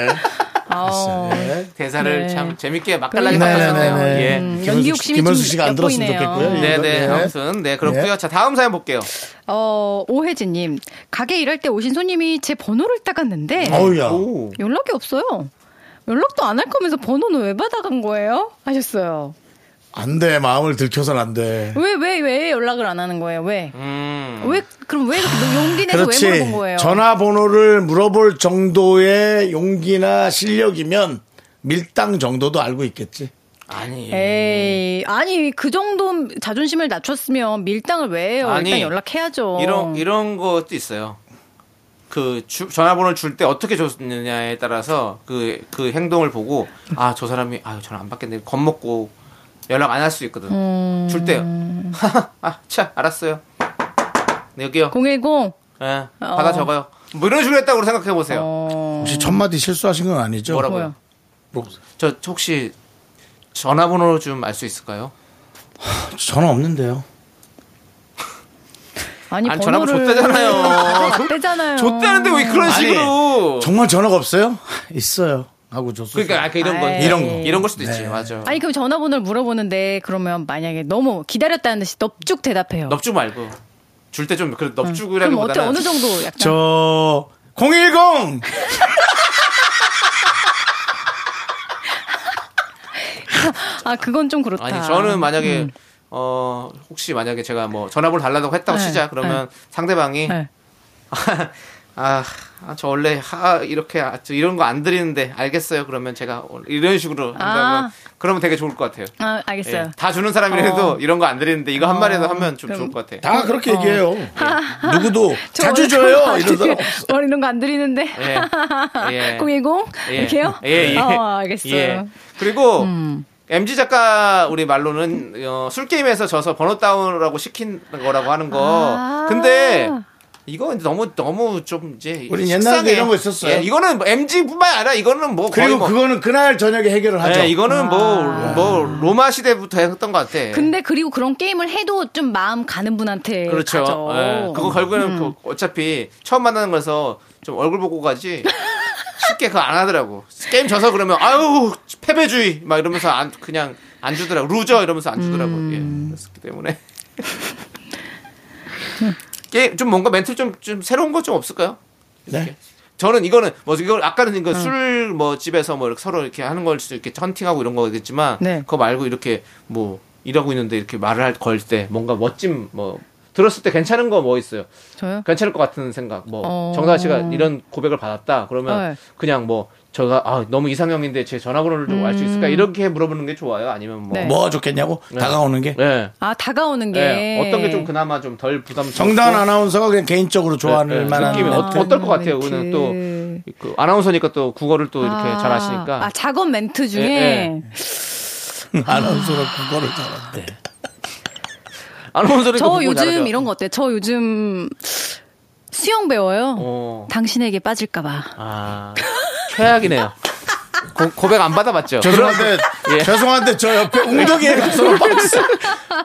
Speaker 6: 어,
Speaker 2: 어.
Speaker 6: 아우.
Speaker 1: 네.
Speaker 2: 대사를
Speaker 6: 네.
Speaker 2: 참 재밌게 맛깔나게
Speaker 1: 네,
Speaker 2: 바꾸셨네요.
Speaker 1: 네, 네.
Speaker 2: 예.
Speaker 6: 음,
Speaker 1: 김현수
Speaker 6: 연기
Speaker 1: 씨-
Speaker 6: 욕심이
Speaker 1: 김현수
Speaker 6: 좀
Speaker 1: 씨가 안 들었으면
Speaker 6: 엿보이네요.
Speaker 1: 좋겠고요.
Speaker 2: 네,
Speaker 1: 네.
Speaker 2: 네. 아무튼 네 그렇고요.
Speaker 1: 네.
Speaker 2: 자 다음 사연 볼게요.
Speaker 6: 어 오혜진님 가게 일할 때 오신 손님이 제 번호를 따갔는데
Speaker 1: 어우야.
Speaker 2: 오.
Speaker 6: 연락이 없어요. 연락도 안 할 거면서 번호는 왜 받아간 거예요? 하셨어요.
Speaker 1: 안 돼. 마음을 들켜선 안 돼.
Speaker 6: 왜 왜 왜 연락을 안 하는 거예요? 왜?
Speaker 2: 음.
Speaker 6: 왜 그럼 왜 이렇게 용기 내서 왜
Speaker 1: 그렇지.
Speaker 6: 물어본 거예요?
Speaker 1: 전화번호를 물어볼 정도의 용기나 실력이면 밀당 정도도 알고 있겠지.
Speaker 2: 아니.
Speaker 6: 에이 아니 그 정도 자존심을 낮췄으면 밀당을 왜 해요?
Speaker 2: 아니,
Speaker 6: 일단 연락해야죠.
Speaker 2: 이런 이런 것도 있어요. 그 주- 전화번호를 줄 때 어떻게 줬느냐에 따라서 그 그 행동을 보고 아 저 사람이 아유 전화 안 받겠네 겁먹고 연락 안 할 수 있거든. 줄 때요. (laughs) 아차 알았어요. 네, 여기요. 네,
Speaker 6: 010
Speaker 2: 예, 받아 적어요. 뭐 이런 식으로 했다고 생각해 보세요.
Speaker 1: 혹시 첫 마디 실수하신 건 아니죠?
Speaker 2: 뭐라고요?
Speaker 6: 뭐야?
Speaker 2: 저 혹시 전화번호 좀 알 수 있을까요?
Speaker 1: 전화 없는데요.
Speaker 6: 아니,
Speaker 2: 아니, 전화번호
Speaker 6: 번호를
Speaker 2: 줬다잖아요.
Speaker 6: (laughs) 줬대잖아요.
Speaker 2: 줬다는데 왜 그런
Speaker 1: 아니,
Speaker 2: 식으로?
Speaker 1: 정말 전화가 없어요? 있어요. 하고 줬어요.
Speaker 2: 그러니까 아까 이런 거
Speaker 6: 아이. 예.
Speaker 1: 이런 거.
Speaker 2: 이런 걸 수도 있지 맞아.
Speaker 6: 아니 그럼 전화번호를 물어보는데 그러면 만약에 너무 기다렸다는 듯이 넙죽 대답해요.
Speaker 2: 넙죽 말고 줄 때 좀 그래
Speaker 6: 음. 그럼 어때
Speaker 2: 넙죽이라기보다는
Speaker 6: 어느 정도 약간
Speaker 1: 저 010.
Speaker 6: 아 그건 좀 그렇다. 음.
Speaker 2: 아니 저는 만약에 어 혹시 만약에 제가 뭐 전화번호 달라고 했다고
Speaker 6: 네,
Speaker 2: 치자 그러면 상대방이
Speaker 6: 네.
Speaker 2: (laughs) 아, 아, 저 원래 하 이렇게 아, 저 이런 거 안 드리는데 알겠어요. 그러면 제가 오늘 이런 식으로 한다면
Speaker 6: 아.
Speaker 2: 그러면 되게 좋을 것 같아요.
Speaker 6: 아
Speaker 2: 예,
Speaker 6: 알겠어요. 어.
Speaker 2: 다 주는 사람이라도 이런 거 안 드리는데 이거 한 마리라도 하면 좀
Speaker 6: 그럼-
Speaker 2: 좋을 것 같아.
Speaker 1: 다 그렇게 얘기해요. (laughs) 누구도
Speaker 6: 저
Speaker 1: 자주
Speaker 6: 오늘 (laughs)
Speaker 1: 줘요.
Speaker 6: 전화
Speaker 1: 이런 사람.
Speaker 6: 드리- 오늘 이런 거 안 드리는데.
Speaker 2: 예.
Speaker 6: (laughs)
Speaker 2: 예.
Speaker 6: 010
Speaker 2: 예.
Speaker 6: 이렇게요?
Speaker 2: 예, 예.
Speaker 6: 어, 알겠어요. 음.
Speaker 2: 예. 그리고 MG 작가 우리 말로는 어, 술 게임에서 져서 번호 다운이라고 시킨 거라고 하는 거.
Speaker 6: 아.
Speaker 2: 근데 이거 이제 너무 너무 좀 이제
Speaker 1: 우린
Speaker 2: 식상해.
Speaker 1: 옛날에도 이런 거 있었어요.
Speaker 2: 예, 이거는 MG뿐만 아니라 이거는 뭐 거의
Speaker 1: 그리고
Speaker 2: 뭐
Speaker 1: 그거는 그날 저녁에 해결을 하죠. 아.
Speaker 2: 예, 이거는 뭐 뭐 로마 시대부터 했던 것 같아.
Speaker 6: 근데 그리고 그런 게임을 해도 좀 마음 가는 분한테
Speaker 2: 그렇죠.
Speaker 6: 네, 가죠. 음.
Speaker 2: 예, 그거 결국에는 그 어차피 처음 만나는 거라서 좀 얼굴 보고 가지. 쉽게 그거 안 하더라고. 게임 져서 그러면 아유 패배주의 막 이러면서 안 그냥 안 주더라고. 루저 이러면서 안 주더라고.
Speaker 6: 음.
Speaker 2: 예. 그렇기 때문에 게임 좀 뭔가 멘트 좀 좀 새로운 거 좀 없을까요?
Speaker 1: 네.
Speaker 2: 저는 이거는 뭐 이걸 아까는
Speaker 6: 음.
Speaker 2: 이거 술 뭐 집에서 뭐 이렇게 서로 이렇게 하는 걸 수도 이렇게 헌팅하고 이런 거겠지만
Speaker 6: 네.
Speaker 2: 그거 말고 이렇게 뭐 일하고 있는데 이렇게 말을 걸 때 뭔가 멋진 뭐 들었을 때 괜찮은 거 뭐 있어요?
Speaker 6: 저요?
Speaker 2: 괜찮을 것 같은 생각. 뭐
Speaker 6: 어.
Speaker 2: 정다은 씨가 이런 고백을 받았다. 그러면
Speaker 6: 네.
Speaker 2: 그냥 뭐 제가 아 너무 이상형인데 제 전화번호를 좀 알 수 있을까? 이렇게 물어보는 게 좋아요. 아니면 뭐
Speaker 6: 음. 네.
Speaker 1: 뭐가 좋겠냐고 다가오는 게.
Speaker 2: 예.
Speaker 6: 아 다가오는 게
Speaker 2: 예. 어떤 게 좀 그나마 좀 덜 부담스럽고
Speaker 1: 정다은 아나운서가 그냥 개인적으로 좋아하는
Speaker 2: 예, 예.
Speaker 1: 만한
Speaker 2: 뭐 느낌이 어,
Speaker 1: 멘트.
Speaker 2: 떨것 같아요.
Speaker 6: 멘트.
Speaker 2: 오늘 또 그 아나운서니까 또 국어를 또 이렇게 잘 아시니까
Speaker 6: 아 작업 멘트 중에
Speaker 2: 예,
Speaker 1: 아나운서가 그거를 잘한대.
Speaker 2: 네. 아나운서는
Speaker 6: 저
Speaker 2: 그거
Speaker 6: 요즘
Speaker 2: 잘하죠.
Speaker 6: 이런 거 어때? 저 요즘 수영 배워요.
Speaker 2: 어.
Speaker 6: 당신에게 빠질까봐.
Speaker 2: 아 최악이네요. 고, 고백 안 받아봤죠?
Speaker 1: 죄송한데
Speaker 2: 예. 네.
Speaker 1: 죄송한데 저 옆에 웅덩이에
Speaker 2: (laughs)
Speaker 1: 가서 빠지세요.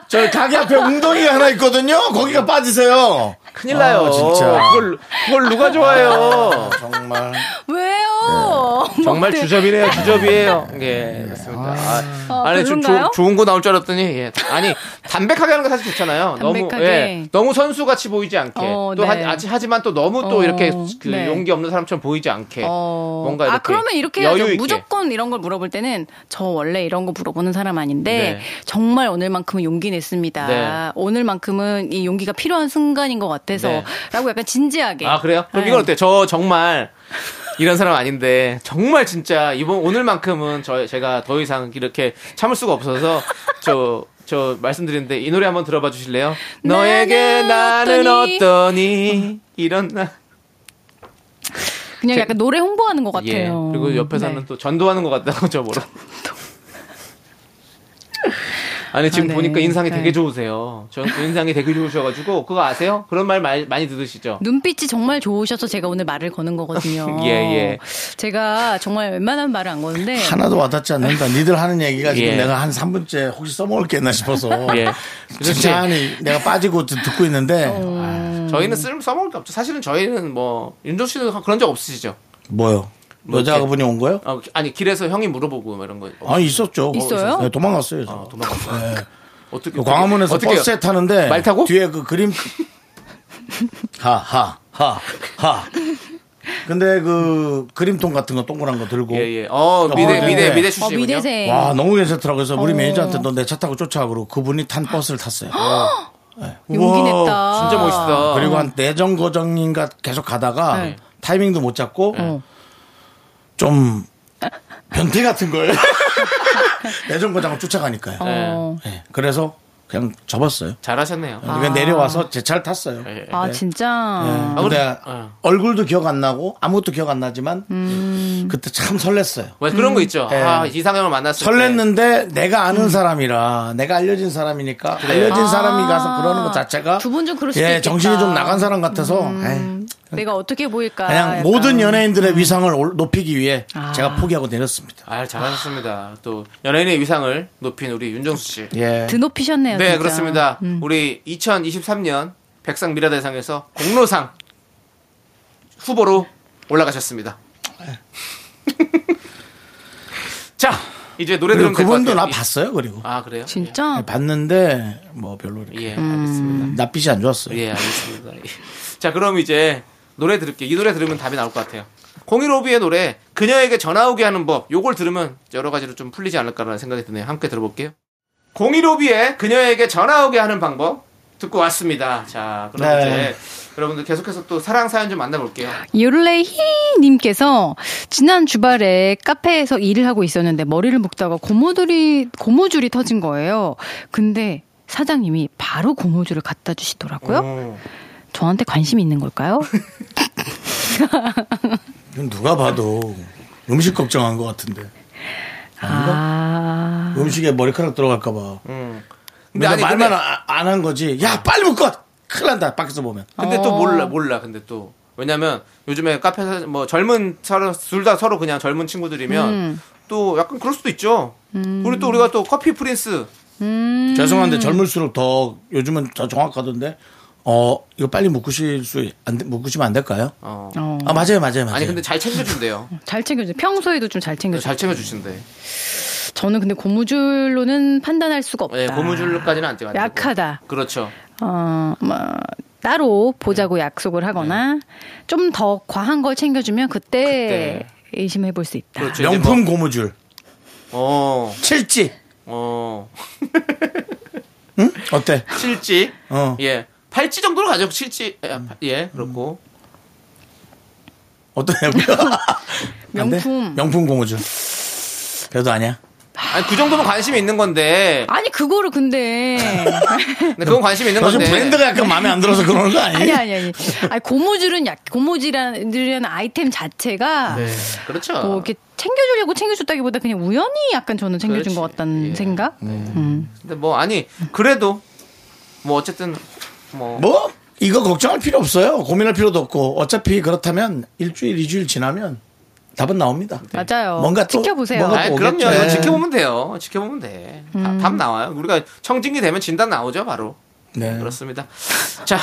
Speaker 1: 저 가게 앞에 웅덩이가 하나 있거든요. 거기가 빠지세요.
Speaker 2: 큰일 나요.
Speaker 1: 아, 진짜.
Speaker 2: 그걸 그걸 누가 좋아해요?
Speaker 1: 정말
Speaker 6: 왜요?
Speaker 2: 정말 주접이네요.
Speaker 6: (laughs)
Speaker 2: 주접이에요. 예, 그렇습니다. 아,
Speaker 6: 아,
Speaker 2: 아니 좀
Speaker 6: 별론가요?
Speaker 2: 조- 좋은 거 나올 줄 알았더니 예, 아니 담백하게 하는 거 사실 좋잖아요. 너무
Speaker 6: 담백하게.
Speaker 2: 예, 너무 선수 같이 보이지 않게
Speaker 6: 어,
Speaker 2: 또
Speaker 6: 네.
Speaker 2: 하, 지- 하지만 또 너무 또
Speaker 6: 어,
Speaker 2: 이렇게 그
Speaker 6: 네.
Speaker 2: 용기 없는 사람처럼 보이지 않게
Speaker 6: 어.
Speaker 2: 뭔가 이렇게
Speaker 6: 아 그러면 이렇게 해야죠.
Speaker 2: 여유 있게
Speaker 6: 무조건 이런 걸 물어볼 때는 저 원래 이런 거 물어보는 사람
Speaker 2: 네.
Speaker 6: 아닌데 정말 오늘만큼은 용기 냈습니다.
Speaker 2: 네.
Speaker 6: 오늘만큼은 이 용기가 필요한 순간인 것
Speaker 2: 네.
Speaker 6: 같아서라고 약간 진지하게.
Speaker 2: 아 그래요? 그럼
Speaker 6: 네.
Speaker 2: 이건 어때? 저 정말 이런 사람 아닌데 정말 진짜 이번 오늘만큼은 저 제가 더 이상 이렇게 참을 수가 없어서 저. 저 말씀드리는데 이 노래 한번 들어봐 주실래요? 너에게 나는
Speaker 6: 나는
Speaker 2: 어떠니 이런 나
Speaker 6: 그냥 약간 노래 홍보하는 것 같아요.
Speaker 2: 예. 그리고 옆에서는
Speaker 6: 네.
Speaker 2: 또 전도하는 것 같다고 (laughs) 저 뭐라. 아니 지금
Speaker 6: 아, 네.
Speaker 2: 보니까 인상이
Speaker 6: 네.
Speaker 2: 되게 좋으세요. 저 인상이 되게 좋으셔가지고 그거 아세요? 그런 말 많이, 많이 들으시죠?
Speaker 6: 눈빛이 정말 좋으셔서 제가 오늘 말을 거는 거거든요.
Speaker 2: (laughs) 예, 예.
Speaker 6: 제가 정말 웬만하면 말을 안 거는데
Speaker 1: 예. 하나도 와닿지 않는다. 니들 하는 얘기가 지금
Speaker 2: 아. 예.
Speaker 1: 내가 한 3분째 혹시 써먹을겠나 싶어서.
Speaker 2: (laughs) 예.
Speaker 1: 진짜 아니 내가 빠지고 듣고 있는데
Speaker 2: 어.
Speaker 1: 아,
Speaker 6: 음.
Speaker 2: 저희는 쓸 써먹을 게 없죠. 사실은 저희는 뭐 윤종 씨는 그런 적 없으시죠?
Speaker 1: 뭐요?
Speaker 2: 뭐
Speaker 1: 여자분이 온 거예요?
Speaker 2: 어, 아니 길에서 형이 물어보고 뭐 이런 거 어,
Speaker 1: 아 있었죠.
Speaker 6: 있어요?
Speaker 1: 네, 도망갔어요. 저.
Speaker 2: 아, 도망갔어. 어떻게
Speaker 1: 그 광화문에서
Speaker 2: 어떻게 해요?
Speaker 1: 버스에 타는데
Speaker 2: 말 타고?
Speaker 1: 뒤에 그 그림 하하하하 근데 그 그림통 같은 거 동그란 거 들고
Speaker 2: 예, 예. 어 미대
Speaker 1: 네.
Speaker 2: 미대 미대
Speaker 6: 어,
Speaker 2: 출신이군요.
Speaker 6: 미대생.
Speaker 1: 와 너무 괜찮더라고요. 그래서
Speaker 6: 어.
Speaker 1: 우리 매니저한테 너 내 차 타고 쫓아와 그러고 그분이 탄 버스를 탔어요. 네.
Speaker 6: 용기
Speaker 1: 우와.
Speaker 6: 냈다.
Speaker 2: 진짜 멋있다.
Speaker 1: 그리고 한 내정 거정인가 계속 가다가
Speaker 6: 네. 어.
Speaker 1: 타이밍도 못 잡고 좀 변태 같은 거예요. (laughs) 내정 거정을 쫓아가니까요.
Speaker 6: 어.
Speaker 1: 네. 그래서 그냥 접었어요.
Speaker 2: 잘하셨네요.
Speaker 1: 그러니까 내려와서 제 차를 탔어요.
Speaker 2: 예, 예.
Speaker 6: 아 진짜.
Speaker 1: 아, 근데
Speaker 2: 아무튼, 어.
Speaker 1: 얼굴도 기억 안 나고 아무것도 기억 안 나지만
Speaker 6: 음.
Speaker 1: 그때 참 설렜어요.
Speaker 2: 왜 그런 거 있죠?
Speaker 1: 예.
Speaker 2: 아 이상형을 만났을 때.
Speaker 6: 네.
Speaker 1: 설렜는데 내가 아는 사람이라 내가 알려진 사람이니까 알려진 사람이 가서 그러는 것 자체가
Speaker 6: 아. 두분좀 그럴 수도
Speaker 1: 예, 정신이
Speaker 6: 있겠다.
Speaker 1: 좀 나간 사람 같아서 에이,
Speaker 6: 음, 내가 어떻게 보일까.
Speaker 1: 네. 그냥
Speaker 6: 약간. 음.
Speaker 1: 모든 연예인들의 위상을 올- 높이기 위해
Speaker 6: 아.
Speaker 1: 제가 포기하고 내렸습니다.
Speaker 2: 아, 잘하셨습니다. 또 연예인의 위상을 높인 우리 윤정수 씨.
Speaker 1: 예.
Speaker 6: 드높이셨네요.
Speaker 2: 네,
Speaker 6: 진짜.
Speaker 2: 그렇습니다.
Speaker 6: 음.
Speaker 2: 우리 2023년 백상 미라대상에서 공로상 후보로 올라가셨습니다.
Speaker 6: 네.
Speaker 2: (laughs) 자, 이제 노래
Speaker 1: 그리고
Speaker 2: 들으면 될것
Speaker 1: 그분도 나
Speaker 2: 같아요.
Speaker 1: 봤어요. 그리고 예,
Speaker 2: 아, 그래요?
Speaker 6: 진짜? 음.
Speaker 1: 봤는데 뭐 별로 이렇게 음.
Speaker 2: 예, 예, 알겠습니다.
Speaker 1: 낯빛이 안 좋았어요.
Speaker 2: 예, 알겠습니다. 예. 자, 그럼 이제 노래 들을게요. 이 노래 들으면 답이 나올 것 같아요. 015B의 노래, 그녀에게 전화 오게 하는 법, 요걸 들으면 여러 가지로 좀 풀리지 않을까라는 생각이 드네요. 함께 들어볼게요. 015B의 그녀에게 전화 오게 하는 방법, 듣고 왔습니다. 자, 그럼
Speaker 1: 네. 아,
Speaker 2: 이제 여러분들 계속해서 또 사랑 사연 좀 만나볼게요.
Speaker 6: 요레히님께서 지난 주말에 카페에서 일을 하고 있었는데 머리를 묶다가 고무줄이 고무줄이 터진 거예요. 근데 사장님이 바로 고무줄을 갖다 주시더라고요.
Speaker 2: 어.
Speaker 6: 저한테 관심이
Speaker 2: (laughs)
Speaker 6: 있는 걸까요?
Speaker 1: 이건 누가 봐도 음식 걱정한 것 같은데
Speaker 6: 아,
Speaker 1: 음식에 머리카락 들어갈까봐.
Speaker 2: 음.
Speaker 1: 근데
Speaker 2: 근데 아니,
Speaker 1: 말만
Speaker 2: 근데-
Speaker 1: 안 한 거지. 야 빨리 묶어. 큰일 난다. 밖에서 보면.
Speaker 2: 근데 또 몰라, 몰라. 근데 또. 왜냐면 요즘에 카페에서 뭐 젊은 서로, 둘 다 서로 그냥 젊은 친구들이면
Speaker 1: 음.
Speaker 2: 또 약간 그럴 수도 있죠. 우리 또 우리가 또 커피 프린스
Speaker 6: 음.
Speaker 1: 죄송한데 젊을수록 더 요즘은 더 정확하던데. 어 이거 빨리 묶으실 수 안, 돼- 묶으시면 안 될까요?
Speaker 2: 어.
Speaker 6: 어,
Speaker 1: 아 맞아요 맞아요 맞아요.
Speaker 2: 아니 근데 잘
Speaker 6: (laughs)
Speaker 2: 챙겨준대요.
Speaker 6: 잘 챙겨줘. 평소에도 좀 잘 챙겨줘.
Speaker 2: 네, 잘 챙겨주신대.
Speaker 6: 저는 근데 고무줄로는 판단할 수가 없다.
Speaker 2: 예, 고무줄까지는 안 찍어.
Speaker 6: 약하다.
Speaker 2: 그렇죠.
Speaker 6: 어, 뭐, 따로
Speaker 2: 네.
Speaker 6: 보자고 약속을 하거나 좀 더 과한 걸 챙겨주면 그때, 의심해 볼 수 있다.
Speaker 2: 그렇죠. 이제
Speaker 1: 명품 고무줄
Speaker 2: 뭐, 어,
Speaker 1: 칠지.
Speaker 2: 어,
Speaker 1: 응? 어때?
Speaker 2: 실지.
Speaker 1: 어
Speaker 2: 예, 팔찌 정도로 가죠. 실지. 예, 팔- 예, 그렇고.
Speaker 6: (laughs)
Speaker 1: 어떠냐고요? 안 돼?
Speaker 6: 명품.
Speaker 1: 명품 고무줄. 그래도 아니야.
Speaker 2: 아니 그 정도면 관심이 있는 건데.
Speaker 6: 아니
Speaker 2: (laughs)
Speaker 6: 그거를 근데
Speaker 2: 근데 그건 관심이 있는
Speaker 1: 요즘
Speaker 2: 건데.
Speaker 1: 브랜드가 약간 마음에 안 들어서 그러는 거 아니에요?
Speaker 6: 아니 아니 아니. 아니 고무줄은 약 고무줄이라는 아이템 자체가
Speaker 2: 네, 그렇죠.
Speaker 6: 뭐 이렇게 챙겨주려고 챙겨줬다기보다 그냥 우연히 약간 저는 챙겨준
Speaker 2: 그렇지.
Speaker 6: 것 같다는
Speaker 2: 예.
Speaker 6: 생각. 음.
Speaker 2: 근데 뭐 아니 그래도 뭐 어쨌든 뭐.
Speaker 1: 뭐 이거 걱정할 필요 없어요. 고민할 필요도 없고 어차피 그렇다면 일주일, 이주일 지나면 답은 나옵니다.
Speaker 6: 맞아요.
Speaker 1: 뭔가 또-
Speaker 6: 지켜보세요.
Speaker 1: 뭔가
Speaker 2: 아이,
Speaker 1: 또
Speaker 2: 그럼요.
Speaker 1: 오겠죠.
Speaker 2: 이거
Speaker 1: 예.
Speaker 2: 지켜보면 돼요. 지켜보면 돼. 다-
Speaker 6: 음.
Speaker 2: 답 나와요. 우리가 청진기 되면 진단 나오죠, 바로.
Speaker 1: 네.
Speaker 2: 그렇습니다. 자,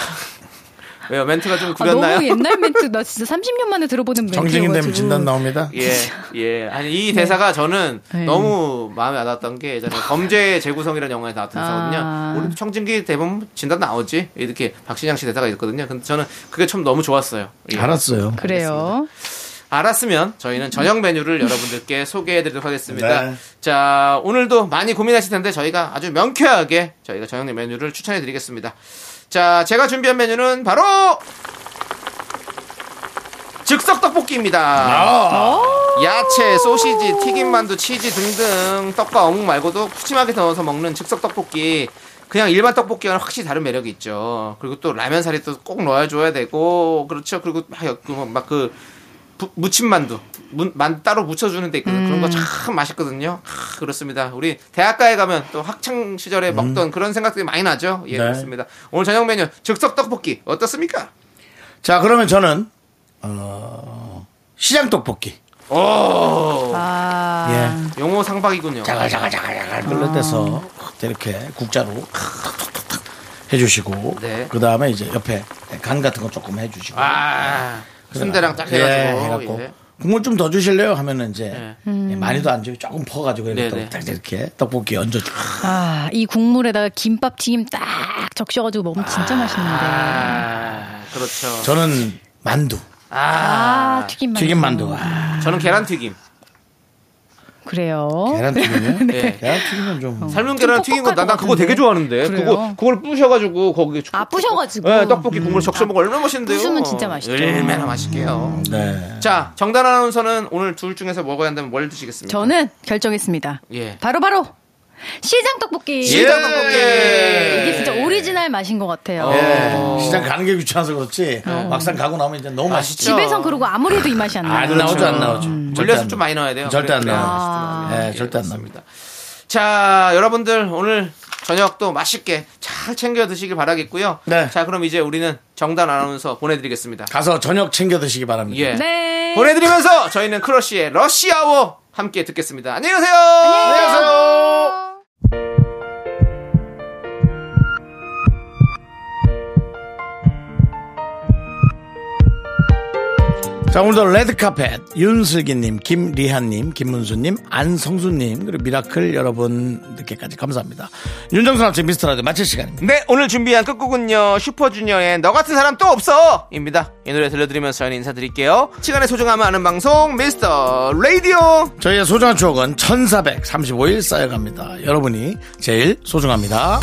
Speaker 2: 왜요? 멘트가 좀
Speaker 6: 아,
Speaker 2: 구렸나요?
Speaker 6: 너무 옛날 멘트 나 진짜 30년 만에 들어보는 멘트.
Speaker 1: 정직인 되면 진단 나옵니다.
Speaker 2: 예, 예. 아니, 이 대사가 저는
Speaker 6: 네.
Speaker 2: 너무 마음에 안 왔던 게 예전에 범죄의 재구성이라는 영화에 나왔던
Speaker 6: 아.
Speaker 2: 대사거든요. 우리 청진기 대본 진단 나오지? 이렇게 박신양 씨 대사가 있거든요. 근데 저는 그게 참 너무 좋았어요. 예.
Speaker 1: 알았어요.
Speaker 6: 그래요.
Speaker 2: 알았으면 저희는 저녁 메뉴를 여러분들께 소개해드리도록 하겠습니다.
Speaker 1: 네.
Speaker 2: 자, 오늘도 많이 고민하실 텐데 저희가 아주 명쾌하게 저희가 저녁 메뉴를 추천해드리겠습니다. 자, 제가 준비한 메뉴는 바로 즉석 떡볶이입니다. 야채, 소시지, 튀김만두, 치즈 등등 떡과 어묵 말고도 푸짐하게 넣어서 먹는 즉석 떡볶이. 그냥 일반 떡볶이와는 확실히 다른 매력이 있죠. 그리고 또 라면 사리 또 꼭 넣어줘야 되고 그렇죠. 그리고 막그 부- 무친 만두 문- 만 따로 무쳐주는 데 있거든요. 그런 거 참 맛있거든요. 아, 그렇습니다. 우리 대학가에 가면 또 학창 시절에 먹던 그런 생각들이 많이 나죠. 예
Speaker 1: 네.
Speaker 2: 그렇습니다. 오늘 저녁 메뉴 즉석 떡볶이 어떻습니까?
Speaker 1: 자, 그러면 저는 어, 시장 떡볶이.
Speaker 2: 오
Speaker 6: 아.
Speaker 1: 예.
Speaker 2: 용호 상박이군요.
Speaker 1: 자글자글자글자글 눌러대서
Speaker 2: 아.
Speaker 1: 이렇게 국자로 탁탁탁탁 해주시고
Speaker 2: 네.
Speaker 1: 그 다음에 이제 옆에 간 같은 거 조금 해주시고
Speaker 2: 아 순대랑 딱
Speaker 1: 예,
Speaker 2: 해가지고
Speaker 1: 해갖고
Speaker 2: 예.
Speaker 1: 국물 좀 더 주실래요? 하면은 이제
Speaker 2: 예.
Speaker 6: 음.
Speaker 1: 예, 많이도 안 주고 조금 퍼가지고 이렇게
Speaker 2: 네네.
Speaker 1: 딱 이렇게 떡볶이 얹어주고
Speaker 6: 아, 이 국물에다가 김밥 튀김 딱 적셔가지고 먹으면 진짜 맛있는데.
Speaker 2: 아 그렇죠.
Speaker 1: 저는 만두
Speaker 6: 아, 튀김 만두.
Speaker 1: 튀김 만두 아,
Speaker 2: 저는 계란 튀김.
Speaker 6: 그래요.
Speaker 1: 계란
Speaker 6: 어? (laughs)
Speaker 1: 튀김이요?
Speaker 6: 네.
Speaker 2: 예.
Speaker 1: 계란 튀김은 좀
Speaker 2: 삶은 계란 튀긴 거난 난 그거
Speaker 6: 같은데?
Speaker 2: 되게 좋아하는데
Speaker 6: 그래요?
Speaker 2: 그거 그걸 부셔가지고 거기
Speaker 6: 아, 부셔가지고.
Speaker 2: 예, 떡볶이
Speaker 6: 음.
Speaker 2: 국물 적셔 먹으면 얼마나 맛있는데요.
Speaker 6: 부수면 진짜 맛있죠.
Speaker 2: 얼마나 맛있게요.
Speaker 1: 아, 네.
Speaker 2: 자, 정단 아나운서는 오늘 둘 중에서 먹어야 한다면 뭘 드시겠습니까?
Speaker 6: 저는 결정했습니다.
Speaker 2: 예.
Speaker 6: 바로바로 시장 떡볶이.
Speaker 2: 시장 떡볶이.
Speaker 6: 이게 진짜 오리지널 맛인 것 같아요.
Speaker 2: 어.
Speaker 1: 예.
Speaker 2: 아.
Speaker 1: 시장 가는 게 귀찮아서 그렇지 막상 가고 나면 이제 너무 맛있죠.
Speaker 6: 집에선 그러고 아무래도 이 맛이 안 나요.
Speaker 1: 안
Speaker 2: 그렇죠.
Speaker 1: 나오죠, 안 나오죠. 절대
Speaker 2: 음. 물엿은
Speaker 1: 안 나와요.
Speaker 2: 좀 많이 넣어야 돼요. 네. 아,
Speaker 1: 절대 안
Speaker 2: 그래야
Speaker 1: 나와요.
Speaker 2: 맛있습니다.
Speaker 1: 예, 절대 안 납니다.
Speaker 2: 자, 여러분들 오늘 저녁도 맛있게 잘 챙겨 드시길 바라겠고요.
Speaker 1: 네.
Speaker 2: 자, 그럼 이제 우리는 정단 아나운서 보내드리겠습니다.
Speaker 1: 가서 저녁 챙겨 드시기 바랍니다.
Speaker 2: 예.
Speaker 6: 네.
Speaker 2: 보내드리면서 저희는 크러쉬의 러시아워 함께 듣겠습니다. 안녕히 가세요.
Speaker 1: 안녕하세요. 자 오늘도 레드카펫 윤슬기님, 김리한님, 김문수님, 안성수님 그리고 미라클 여러분 늦게까지 감사합니다. 윤정수 남친 미스터라드 마칠 시간입니다.
Speaker 2: 네, 오늘 준비한 끝곡은요. 슈퍼주니어의 너 같은 사람 또 없어! 입니다. 이 노래 들려드리면서 저희는 인사드릴게요. 시간의 소중함을 아는 방송, 미스터 라디오!
Speaker 1: 저희의 소중한 추억은 1435일 쌓여갑니다. 여러분이 제일 소중합니다.